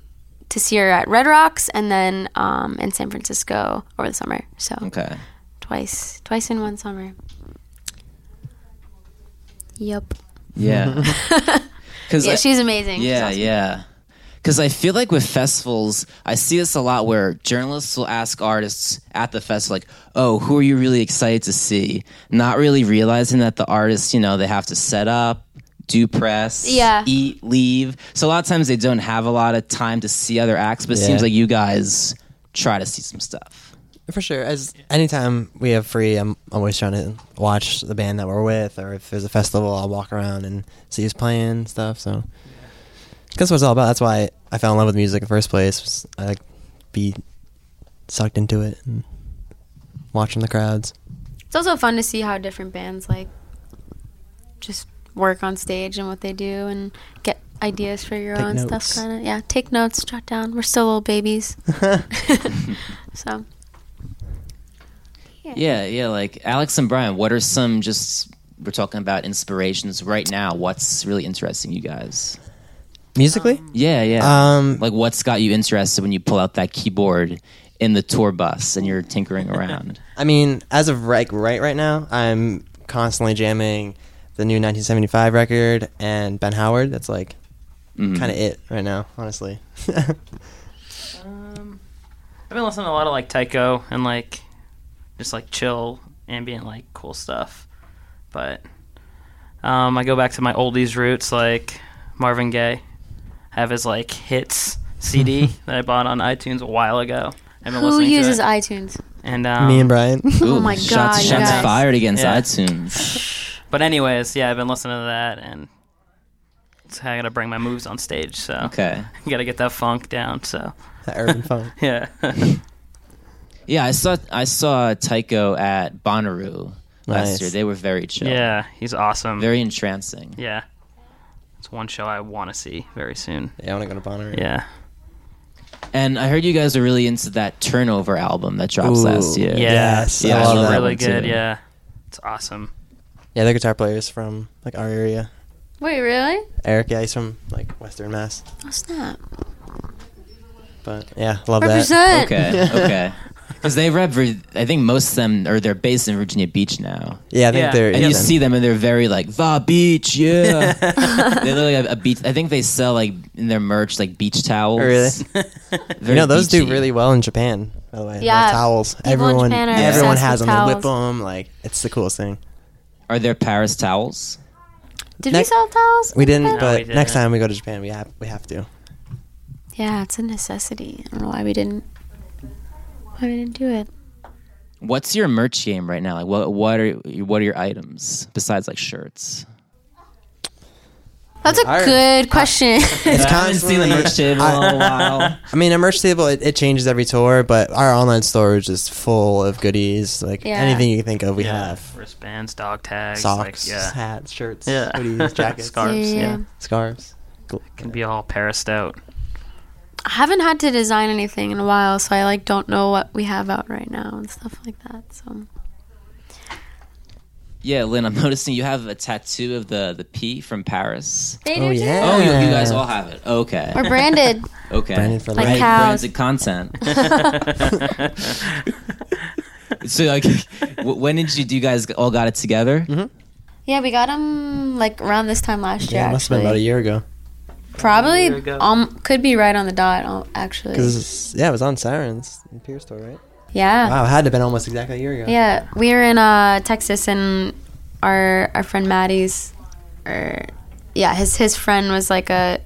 [SPEAKER 3] to see her at Red Rocks and then um in San Francisco over the summer. So
[SPEAKER 1] Okay.
[SPEAKER 3] twice, twice in one summer. Yep.
[SPEAKER 1] Yeah. Because
[SPEAKER 3] Yeah, she's amazing.
[SPEAKER 1] Yeah,
[SPEAKER 3] She's awesome.
[SPEAKER 1] yeah. Because I feel like with festivals, I see this a lot where journalists will ask artists at the festival, like, oh, who are you really excited to see? Not really realizing that the artists, you know, they have to set up, do press,
[SPEAKER 3] Yeah.
[SPEAKER 1] eat, leave. So a lot of times they don't have a lot of time to see other acts, but it seems like you guys try to see some stuff.
[SPEAKER 4] for sure. As anytime we have free, I'm always trying to watch the band that we're with, or if there's a festival, I'll walk around and see who's playing and stuff. So that's what it's all about. That's why I fell in love with music in the first place. was I like be sucked into it and watching the crowds.
[SPEAKER 3] It's also fun to see how different bands like just work on stage and what they do and get ideas for your
[SPEAKER 4] Take
[SPEAKER 3] own
[SPEAKER 4] notes.
[SPEAKER 3] stuff kind of. Yeah, take notes, jot down. We're still little babies. so,
[SPEAKER 1] Yeah, yeah. Like Alex and Brian, what are some just we're talking about inspirations right now? What's really interesting you guys?
[SPEAKER 4] Musically,
[SPEAKER 1] Yeah, yeah.
[SPEAKER 4] um,
[SPEAKER 1] like what's got you interested when you pull out that keyboard in the tour bus and you're tinkering around?
[SPEAKER 4] I mean, as of right, right, right now, I'm constantly jamming the new 1975 record and Ben Howard. That's like kind of it right now, honestly.
[SPEAKER 5] Um, I've been listening to a lot of like Tycho and like just like chill ambient like cool stuff. But um, I go back to my oldies roots like Marvin Gaye. I have his like hits CD that I bought on iTunes a while ago. I've been
[SPEAKER 3] who
[SPEAKER 5] listening to
[SPEAKER 3] uses
[SPEAKER 5] it.
[SPEAKER 3] iTunes?
[SPEAKER 5] and um,
[SPEAKER 4] Me and Brian.
[SPEAKER 1] Ooh,
[SPEAKER 3] my
[SPEAKER 1] shots,
[SPEAKER 3] God, you
[SPEAKER 1] Shots
[SPEAKER 3] guys.
[SPEAKER 1] fired against
[SPEAKER 5] Yeah.
[SPEAKER 1] iTunes.
[SPEAKER 5] But anyways, yeah, I've been listening to that and it's how I gotta bring my moves on stage. So
[SPEAKER 1] Okay.
[SPEAKER 5] gotta get that funk down. So
[SPEAKER 4] That urban funk.
[SPEAKER 5] yeah,
[SPEAKER 1] Yeah, I saw I saw Tycho at Bonnaroo last
[SPEAKER 4] Nice.
[SPEAKER 1] year. They were very chill.
[SPEAKER 5] yeah, he's awesome.
[SPEAKER 1] Very entrancing.
[SPEAKER 5] yeah, it's one show I want to see very soon.
[SPEAKER 4] Yeah, I want to go to Bonner.
[SPEAKER 5] Yeah.
[SPEAKER 1] And I heard you guys are really into that turnover album that drops
[SPEAKER 4] Ooh,
[SPEAKER 1] last year.
[SPEAKER 5] Yeah,
[SPEAKER 4] Yes,
[SPEAKER 5] yeah,
[SPEAKER 4] I
[SPEAKER 5] it's
[SPEAKER 4] love that
[SPEAKER 5] really
[SPEAKER 1] one,
[SPEAKER 5] good.
[SPEAKER 1] too.
[SPEAKER 5] Yeah, it's awesome.
[SPEAKER 4] Yeah, their guitar players from like our area.
[SPEAKER 3] Wait, really?
[SPEAKER 4] Eric, yeah, he's from like Western Mass.
[SPEAKER 3] What's that?
[SPEAKER 4] But yeah, love that.
[SPEAKER 3] Represent.
[SPEAKER 1] Okay. Okay. Because they rep, Vir- I think most of them, or they're based in Virginia Beach now.
[SPEAKER 4] Yeah, I think
[SPEAKER 5] Yeah.
[SPEAKER 4] they're.
[SPEAKER 1] And
[SPEAKER 4] yeah,
[SPEAKER 1] you
[SPEAKER 4] then.
[SPEAKER 1] see them, and they're very like the beach, yeah. they look like a, a beach. I think they sell like in their merch like beach towels.
[SPEAKER 4] Oh, really?
[SPEAKER 1] Very
[SPEAKER 4] You know, those do
[SPEAKER 1] beachy.
[SPEAKER 4] really well in Japan. By the way, Those
[SPEAKER 3] Yeah,
[SPEAKER 4] towels.
[SPEAKER 3] people in
[SPEAKER 4] everyone,
[SPEAKER 3] Japan are
[SPEAKER 4] everyone
[SPEAKER 3] obsessed
[SPEAKER 4] has
[SPEAKER 3] with
[SPEAKER 4] them. They whip
[SPEAKER 3] towels.
[SPEAKER 4] them. Like it's the coolest thing.
[SPEAKER 1] Are there Paris towels?
[SPEAKER 3] Did we
[SPEAKER 4] Next-
[SPEAKER 3] sell towels?
[SPEAKER 4] We didn't,
[SPEAKER 3] back then?
[SPEAKER 4] but
[SPEAKER 5] we
[SPEAKER 4] next
[SPEAKER 5] didn't.
[SPEAKER 4] time we go to Japan, we have we have to.
[SPEAKER 3] Yeah, it's a necessity. I don't know why we didn't. Why we didn't do it?
[SPEAKER 1] What's your merch game right now? Like, what what are what are your items besides like shirts?
[SPEAKER 3] That's a
[SPEAKER 4] Our-
[SPEAKER 3] good question.
[SPEAKER 4] It's
[SPEAKER 1] I haven't seen the merch table in a little while.
[SPEAKER 4] I mean, our merch table it, it changes every tour, but our online store is just full of goodies. Like
[SPEAKER 3] Yeah.
[SPEAKER 4] anything you can think of, we
[SPEAKER 5] yeah.
[SPEAKER 4] have
[SPEAKER 5] wristbands, dog tags,
[SPEAKER 4] socks,
[SPEAKER 5] Like, yeah,
[SPEAKER 4] hats, shirts,
[SPEAKER 5] yeah,
[SPEAKER 4] hoodies, jackets,
[SPEAKER 5] scarves. Yeah.
[SPEAKER 3] Yeah.
[SPEAKER 4] scarves. Cool.
[SPEAKER 5] can be all Paris out.
[SPEAKER 3] I haven't had to design anything in a while, so I like don't know what we have out right now and stuff like that. So
[SPEAKER 1] Yeah, Lynn, I'm noticing you have a tattoo of the the P from Paris.
[SPEAKER 3] they
[SPEAKER 4] Oh yeah!
[SPEAKER 1] Oh, you, you guys all have it. Okay.
[SPEAKER 3] We're branded.
[SPEAKER 1] Okay.
[SPEAKER 4] Branded for
[SPEAKER 3] Like
[SPEAKER 1] Brand-
[SPEAKER 3] cows.
[SPEAKER 1] branded content. so, like, w- when did you do? You guys all got it together?
[SPEAKER 3] yeah, we got them like around this time last year.
[SPEAKER 4] Yeah, it must have been about a
[SPEAKER 3] actually.
[SPEAKER 4] year ago.
[SPEAKER 5] year
[SPEAKER 3] Probably
[SPEAKER 5] ago.
[SPEAKER 3] um could be right on the dot um, actually.
[SPEAKER 4] Because yeah, it was on Sirens in Pier Store, right?
[SPEAKER 3] Yeah.
[SPEAKER 4] Wow, it had to have been almost exactly a year ago.
[SPEAKER 3] Yeah, we were in uh, Texas, and our our friend Maddie's, or yeah, his his friend was like a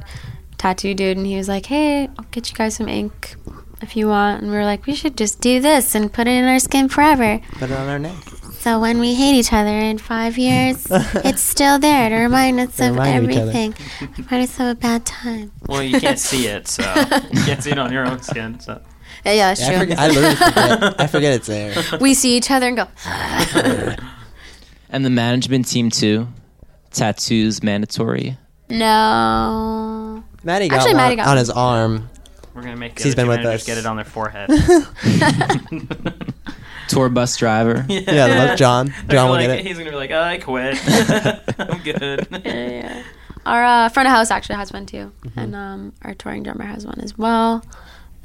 [SPEAKER 3] tattoo dude, and he was like, "Hey, I'll get you guys some ink if you want." And we were like, "We should just do this and put it in our skin forever,
[SPEAKER 4] Put it on our neck.
[SPEAKER 3] so when we hate each other in five years, it's still there to remind us of
[SPEAKER 4] Remind each other.
[SPEAKER 3] everything, remind us of a bad time."
[SPEAKER 5] Well, you can't see it, so you can't see it on your own skin. So
[SPEAKER 3] Yeah, yeah, that's
[SPEAKER 4] I,
[SPEAKER 3] true.
[SPEAKER 4] forget, I literally forget. I forget it's there.
[SPEAKER 3] we see each other and go,
[SPEAKER 1] And the management team too. Tattoos mandatory.
[SPEAKER 3] "No."
[SPEAKER 4] Maddie got
[SPEAKER 3] Actually,
[SPEAKER 4] one
[SPEAKER 3] Maddie got
[SPEAKER 4] on
[SPEAKER 3] one.
[SPEAKER 4] his arm.
[SPEAKER 5] we're gonna make the
[SPEAKER 4] He's been
[SPEAKER 5] other two
[SPEAKER 4] with
[SPEAKER 5] managers
[SPEAKER 4] us.
[SPEAKER 5] get it on their forehead.
[SPEAKER 1] Tour bus driver.
[SPEAKER 4] Yeah, I love John.
[SPEAKER 5] They're
[SPEAKER 4] John will
[SPEAKER 5] like,
[SPEAKER 4] get it.
[SPEAKER 5] He's gonna be like, I quit. I'm good.
[SPEAKER 3] yeah. Our uh, front of house actually has one too,
[SPEAKER 5] Mm-hmm.
[SPEAKER 3] and um, our touring drummer has one as well,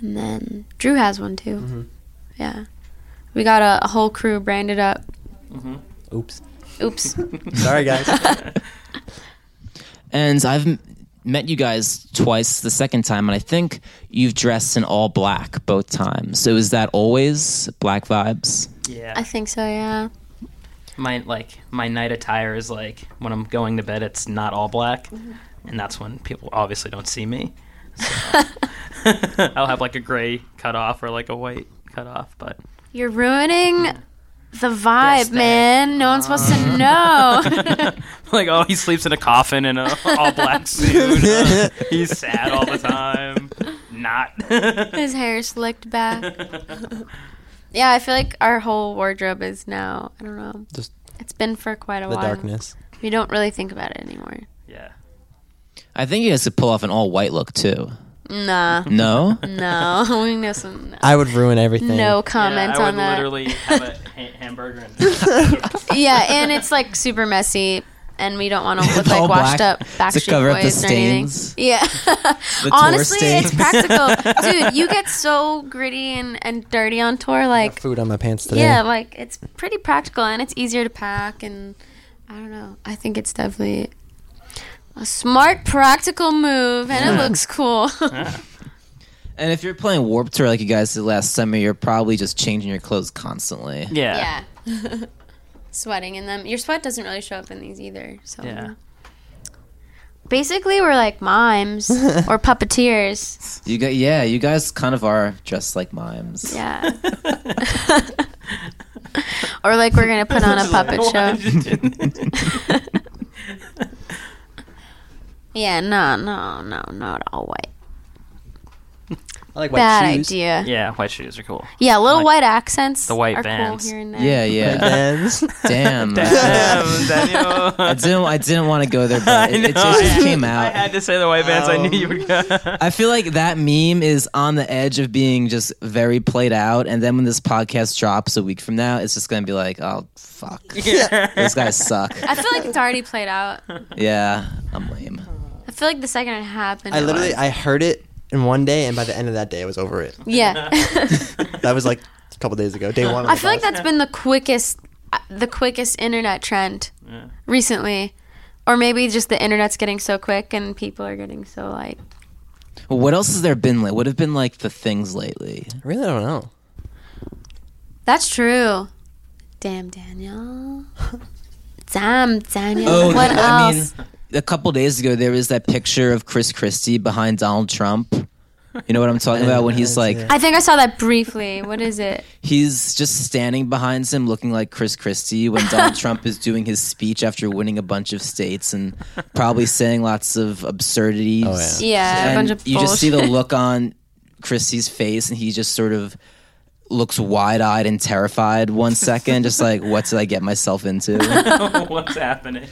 [SPEAKER 3] and then Drew has one too.
[SPEAKER 5] Mm-hmm.
[SPEAKER 3] Yeah, we got a, a whole crew branded up.
[SPEAKER 4] Oops.
[SPEAKER 3] Oops,
[SPEAKER 4] Sorry, guys.
[SPEAKER 1] And I've m- met you guys twice the second time, and I think you've dressed in all black both times. So is that always black vibes?
[SPEAKER 3] I
[SPEAKER 5] Yeah,
[SPEAKER 3] think so. Yeah,
[SPEAKER 5] my like my night attire is like when I'm going to bed, it's not all black,
[SPEAKER 3] Mm-hmm.
[SPEAKER 5] and that's when people obviously don't see me. So I'll have like a gray cutoff or like a white cutoff, but
[SPEAKER 3] You're ruining the vibe, man. No one's supposed to know.
[SPEAKER 5] like, oh, he sleeps in a coffin in a all black suit. Uh, he's sad all the time. Not.
[SPEAKER 3] His hair slicked back. yeah, I feel like our whole wardrobe is now. I don't know.
[SPEAKER 4] Just
[SPEAKER 3] It's been for quite a
[SPEAKER 4] the
[SPEAKER 3] while.
[SPEAKER 4] darkness.
[SPEAKER 3] We don't really think about it anymore.
[SPEAKER 5] yeah.
[SPEAKER 1] I think you guys could pull off an all white look too.
[SPEAKER 3] Nah,
[SPEAKER 1] No?
[SPEAKER 3] no. we know some.
[SPEAKER 4] I would ruin everything.
[SPEAKER 3] No comment
[SPEAKER 5] yeah, I
[SPEAKER 3] on
[SPEAKER 5] would
[SPEAKER 3] that.
[SPEAKER 5] literally have a ha- hamburger and
[SPEAKER 3] yeah, and it's like super messy, and we don't want to look
[SPEAKER 1] All
[SPEAKER 3] like washed
[SPEAKER 1] black
[SPEAKER 3] up Backstreet
[SPEAKER 1] to cover up
[SPEAKER 3] Boys
[SPEAKER 1] the
[SPEAKER 3] or anything.
[SPEAKER 1] stains.
[SPEAKER 3] Yeah,
[SPEAKER 1] The
[SPEAKER 3] honestly,
[SPEAKER 1] tour
[SPEAKER 3] it's
[SPEAKER 1] stain.
[SPEAKER 3] practical, dude. You get so gritty and, and dirty on tour, like
[SPEAKER 4] food on my pants today.
[SPEAKER 3] yeah, like it's pretty practical, and it's easier to pack. And I don't know, I think it's definitely a smart, practical move, and it looks cool.
[SPEAKER 1] And if you're playing Warp Tour like you guys did last summer, you're probably just changing your clothes constantly.
[SPEAKER 5] yeah.
[SPEAKER 3] yeah. Sweating in them. Your sweat doesn't really show up in these either. So
[SPEAKER 5] Yeah.
[SPEAKER 3] basically we're like mimes or puppeteers.
[SPEAKER 1] You got yeah, you guys kind of are dressed like mimes.
[SPEAKER 3] Yeah. or like we're gonna Mm-hmm. put on a puppet show. Yeah, no, no, no, not all white.
[SPEAKER 4] I like white
[SPEAKER 3] Bad
[SPEAKER 4] shoes.
[SPEAKER 3] idea. Yeah,
[SPEAKER 5] Yeah, white shoes are cool.
[SPEAKER 3] little white accents.
[SPEAKER 5] the white
[SPEAKER 3] are
[SPEAKER 5] Vans.
[SPEAKER 3] Cool here and there.
[SPEAKER 1] Yeah, yeah.
[SPEAKER 4] Vans.
[SPEAKER 1] Damn.
[SPEAKER 5] Damn, Um, Daniel.
[SPEAKER 1] I didn't I didn't want to go there, but it, it
[SPEAKER 5] know,
[SPEAKER 1] just
[SPEAKER 5] I-
[SPEAKER 1] came
[SPEAKER 5] I
[SPEAKER 1] out.
[SPEAKER 5] had to say the white bands. I knew you were gonna.
[SPEAKER 1] I feel like that meme is on the edge of being just very played out, and then when this podcast drops a week from now, it's just gonna be like, oh fuck, those guys suck.
[SPEAKER 3] I feel like it's already played out.
[SPEAKER 1] Yeah, I'm lame.
[SPEAKER 3] I feel like the second it happened.
[SPEAKER 4] I
[SPEAKER 3] it
[SPEAKER 4] literally
[SPEAKER 3] was-
[SPEAKER 4] I heard it in one day, and by the end of that day, I was over it.
[SPEAKER 3] yeah.
[SPEAKER 4] That was like a couple days ago. Day one.
[SPEAKER 3] I feel like that's been the quickest, uh, the quickest internet trend recently, or maybe just the internet's getting so quick and people are getting so like
[SPEAKER 1] Well, what else has there been? Like, what have been like the things lately?
[SPEAKER 4] I really don't know.
[SPEAKER 3] that's true. Damn Daniel. Damn Daniel. what
[SPEAKER 1] Oh, I
[SPEAKER 3] else?
[SPEAKER 1] mean, a couple days ago there was that picture of Chris Christie behind Donald Trump. You know what I'm talking about when he's like
[SPEAKER 3] I think I saw that briefly. What is it?
[SPEAKER 1] he's just standing behind him looking like Chris Christie when Donald Trump is doing his speech after winning a bunch of states and probably saying lots of absurdities.
[SPEAKER 4] Oh, yeah.
[SPEAKER 3] Yeah, a
[SPEAKER 1] And
[SPEAKER 3] bunch of
[SPEAKER 1] you just see the
[SPEAKER 3] bullshit.
[SPEAKER 1] look on Christie's face and he just sort of looks wide-eyed and terrified one second just like what did I get myself into?
[SPEAKER 5] What's happening?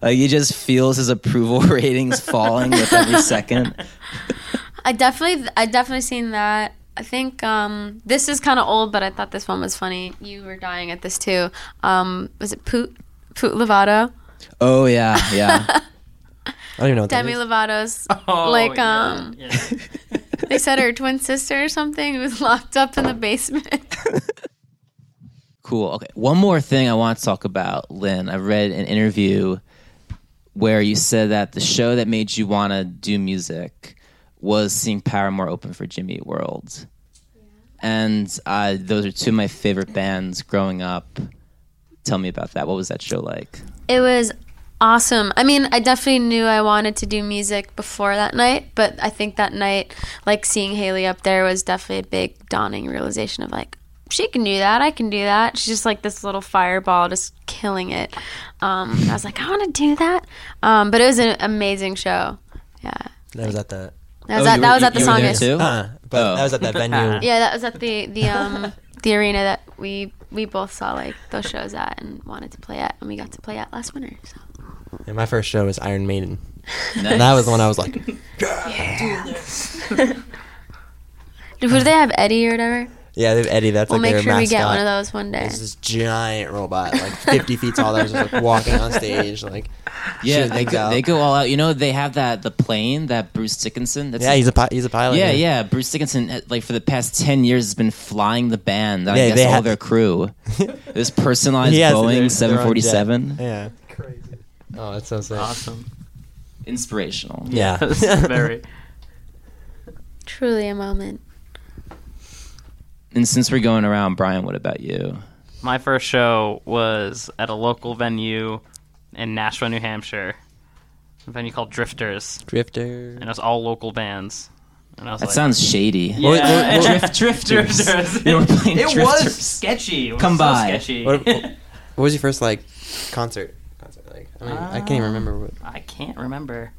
[SPEAKER 1] Like he just feels his approval ratings falling with every second.
[SPEAKER 3] I definitely, I definitely seen that. I think um, this is kind of old, but I thought this one was funny. You were dying at this too. Um, was it Poot Poot Lovato?
[SPEAKER 1] Oh yeah, yeah.
[SPEAKER 4] I don't even know what
[SPEAKER 3] Demi
[SPEAKER 4] that
[SPEAKER 3] Lovato's
[SPEAKER 4] is.
[SPEAKER 5] Oh,
[SPEAKER 3] like
[SPEAKER 5] yeah,
[SPEAKER 3] um
[SPEAKER 5] yeah.
[SPEAKER 3] they said her twin sister or something was locked up in the basement.
[SPEAKER 1] cool. Okay. One more thing I want to talk about, Lynn. I read an interview where you said that the show that made you want to do music was seeing Paramore open for Jimmy Eat World. And uh, those are two of my favorite bands growing up. Tell me about that. What was that show like?
[SPEAKER 3] It was awesome. I mean, I definitely knew I wanted to do music before that night, but I think that night, like seeing Haley up there was definitely a big dawning realization of like, she can do that. I can do that. She's just like this little fireball, just killing it. Um, I was like, I want to do that. Um, but it was an amazing show. Yeah.
[SPEAKER 4] That was at that.
[SPEAKER 3] That was
[SPEAKER 1] Oh,
[SPEAKER 3] at, that was at the
[SPEAKER 1] song
[SPEAKER 3] Songus.
[SPEAKER 1] too.
[SPEAKER 4] Uh, but
[SPEAKER 1] Oh.
[SPEAKER 4] that was at that venue.
[SPEAKER 3] Yeah, that was at the the um the arena that we we both saw like those shows at and wanted to play at, and we got to play at last winter. So.
[SPEAKER 4] And my first show was Iron Maiden. And that was the one I was like,
[SPEAKER 3] Do do they have Eddie or whatever?
[SPEAKER 4] yeah, they have Eddie. That's
[SPEAKER 3] We'll make
[SPEAKER 4] like their
[SPEAKER 3] sure we
[SPEAKER 4] mascot.
[SPEAKER 3] get one of those one day.
[SPEAKER 4] It's this giant robot, like 50 feet tall, that was just like walking on stage. Like,
[SPEAKER 1] Yeah,
[SPEAKER 4] shooting
[SPEAKER 1] they
[SPEAKER 4] things
[SPEAKER 1] go,
[SPEAKER 4] out.
[SPEAKER 1] they go all out. You know, they have that the plane that Bruce Dickinson. That's
[SPEAKER 4] Yeah, he's a pi- he's a pilot.
[SPEAKER 1] Yeah, yeah. Bruce Dickinson, eh, like for the past ten years, has been flying the band. I
[SPEAKER 4] Yeah,
[SPEAKER 1] guess
[SPEAKER 4] they
[SPEAKER 1] all
[SPEAKER 4] have-
[SPEAKER 1] their crew. this personalized
[SPEAKER 4] He has their- their
[SPEAKER 1] Boeing
[SPEAKER 4] own
[SPEAKER 1] seven forty seven.
[SPEAKER 4] Yeah. Crazy. Oh, that's so sick.
[SPEAKER 5] Awesome.
[SPEAKER 1] Inspirational.
[SPEAKER 4] Yeah.
[SPEAKER 5] That's very.
[SPEAKER 3] Truly a moment.
[SPEAKER 1] And since we're going around, Brian, what about you?
[SPEAKER 5] My first show was at a local venue in Nashua, New Hampshire. A venue called Drifters,
[SPEAKER 4] Drifter.
[SPEAKER 5] and it was all local bands. And I was
[SPEAKER 1] That
[SPEAKER 5] like,
[SPEAKER 1] sounds shady.
[SPEAKER 5] Yeah.
[SPEAKER 1] Or- or- or- drift drifters.
[SPEAKER 5] Drifters.
[SPEAKER 1] You were playing
[SPEAKER 5] it was
[SPEAKER 1] drifters.
[SPEAKER 5] sketchy. It was
[SPEAKER 1] Come
[SPEAKER 5] so
[SPEAKER 1] by.
[SPEAKER 5] Sketchy.
[SPEAKER 4] What, what was your first like concert? Concert like I mean I
[SPEAKER 1] Ah.
[SPEAKER 4] can't even remember what.
[SPEAKER 5] I can't remember.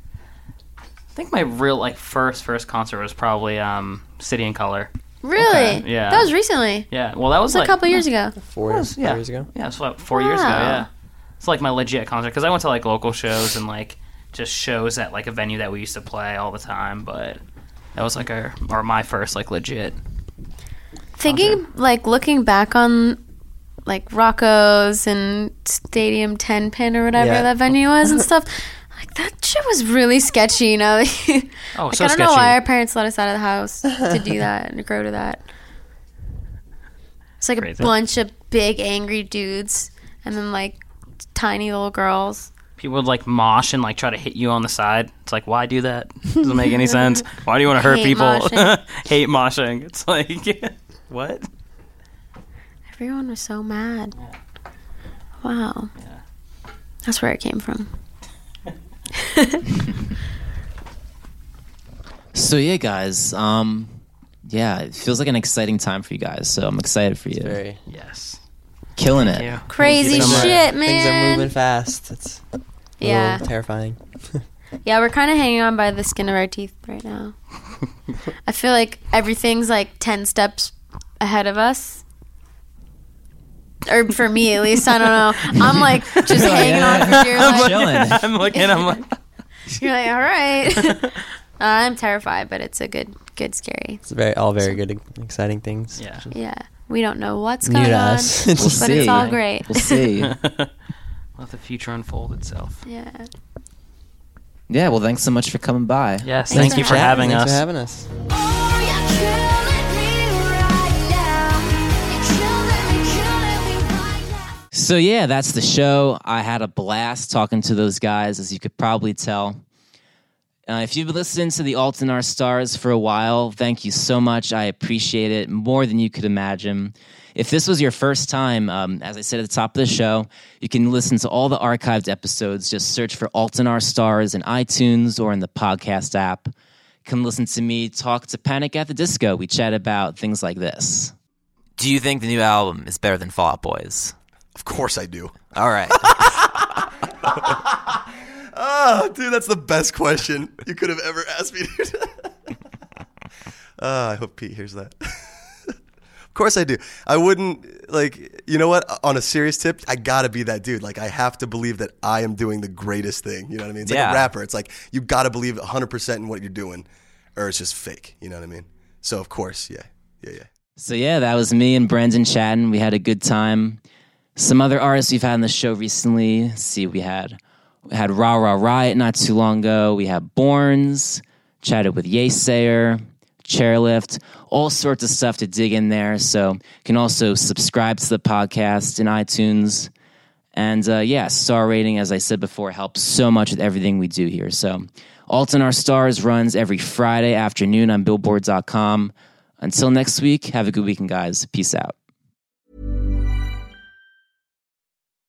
[SPEAKER 5] I think my real like first first concert was probably um, City in Color.
[SPEAKER 3] Really?
[SPEAKER 5] yeah.
[SPEAKER 3] That was recently.
[SPEAKER 5] Yeah. Well, that was
[SPEAKER 3] It's a
[SPEAKER 5] like
[SPEAKER 3] couple years ago.
[SPEAKER 4] Four,
[SPEAKER 5] was, yeah.
[SPEAKER 4] four years ago.
[SPEAKER 5] Yeah, it's what four years ago.
[SPEAKER 3] Wow.
[SPEAKER 5] Yeah, it's like my legit concert because I went to like local shows and like just shows at like a venue that we used to play all the time. But that was like our or my first like legit.
[SPEAKER 3] Thinking like looking back on like Rocco's and Stadium Ten Pin or whatever
[SPEAKER 4] Yeah.
[SPEAKER 3] that venue was and stuff. Like that shit was really sketchy, you know. like,
[SPEAKER 5] Oh,
[SPEAKER 3] I
[SPEAKER 5] so
[SPEAKER 3] don't know
[SPEAKER 5] sketchy.
[SPEAKER 3] why our parents let us out of the house to do that and to grow to that. It's like
[SPEAKER 5] Crazy.
[SPEAKER 3] a bunch of big angry dudes and then like tiny little girls.
[SPEAKER 5] People would like mosh and like try to hit you on the side. It's like why do that? Doesn't make any sense. Why do you want to hurt
[SPEAKER 3] Hate
[SPEAKER 5] people?
[SPEAKER 3] moshing.
[SPEAKER 5] Hate moshing. It's like what?
[SPEAKER 3] Everyone was so mad. Wow. That's where it came from.
[SPEAKER 1] So yeah, guys. Um, yeah, it feels like an exciting time for you guys. So I'm excited for you.
[SPEAKER 4] Very
[SPEAKER 5] Yes.
[SPEAKER 1] Killing it.
[SPEAKER 5] Yeah.
[SPEAKER 3] Crazy
[SPEAKER 4] Things are-
[SPEAKER 3] shit, man.
[SPEAKER 4] Things are moving fast. It's a
[SPEAKER 3] Yeah.
[SPEAKER 4] little terrifying.
[SPEAKER 3] Yeah, we're kind of hanging on by the skin of our teeth right now. I feel like everything's like 10 steps ahead of us. Or for me, at least. I don't know. I'm like just hanging on for dear
[SPEAKER 1] I'm
[SPEAKER 3] life.
[SPEAKER 1] chilling.
[SPEAKER 5] I'm looking. I'm like.
[SPEAKER 3] You're like, all right. Uh, I'm terrified, but it's a good, good scary.
[SPEAKER 4] It's very all very good, exciting things.
[SPEAKER 5] Yeah.
[SPEAKER 3] Yeah. We don't know what's
[SPEAKER 4] New
[SPEAKER 3] going
[SPEAKER 4] to
[SPEAKER 3] on,
[SPEAKER 4] us.
[SPEAKER 3] but
[SPEAKER 1] We'll see.
[SPEAKER 3] it's all great.
[SPEAKER 1] We'll see.
[SPEAKER 5] Let the future unfold itself.
[SPEAKER 3] yeah.
[SPEAKER 1] yeah. Well, thanks so much for coming by.
[SPEAKER 5] Yes.
[SPEAKER 3] Thanks
[SPEAKER 5] Thank you
[SPEAKER 3] for
[SPEAKER 5] for having
[SPEAKER 4] Thanks for
[SPEAKER 5] us.
[SPEAKER 4] having us.
[SPEAKER 2] Oh, you're killing me right now. You're killing me, killing me right now.
[SPEAKER 1] So yeah, that's the show. I had a blast talking to those guys, as you could probably tell. Uh, if you've been listening to the Altenar Stars for a while, thank you so much. I appreciate it more than you could imagine. If this was your first time, um, as I said at the top of the show, you can listen to all the archived episodes. Just search for Altenar Stars in iTunes or in the podcast app. You can listen to me talk to Panic at the Disco. We chat about things like this. Do you think the new album is better than Fall Out Boys?
[SPEAKER 6] Of course I do.
[SPEAKER 1] All right.
[SPEAKER 6] Oh, dude, that's the best question you could have ever asked me. Dude. uh, I hope Pete hears that. of course I do. I wouldn't like. You know what? On a serious tip, I gotta be that dude. Like, I have to believe that I am doing the greatest thing. You know what I mean? It's like
[SPEAKER 1] Yeah.
[SPEAKER 6] a rapper. It's like you gotta believe 100 percent in what you're doing, or it's just fake. You know what I mean? So of course, yeah, yeah, yeah.
[SPEAKER 1] So yeah, that was me and Brendan chatting. We had a good time. Some other artists we've had on the show recently. Let's see, we had we had Ra Ra Riot not too long ago. We had Borns, chatted with Yesayer, Chairlift, all sorts of stuff to dig in there. So you can also subscribe to the podcast in iTunes. And uh, yeah, star rating, as I said before, helps so much with everything we do here. So, Alton Our Stars runs every Friday afternoon on billboard.com. Until next week, have a good weekend, guys. Peace out.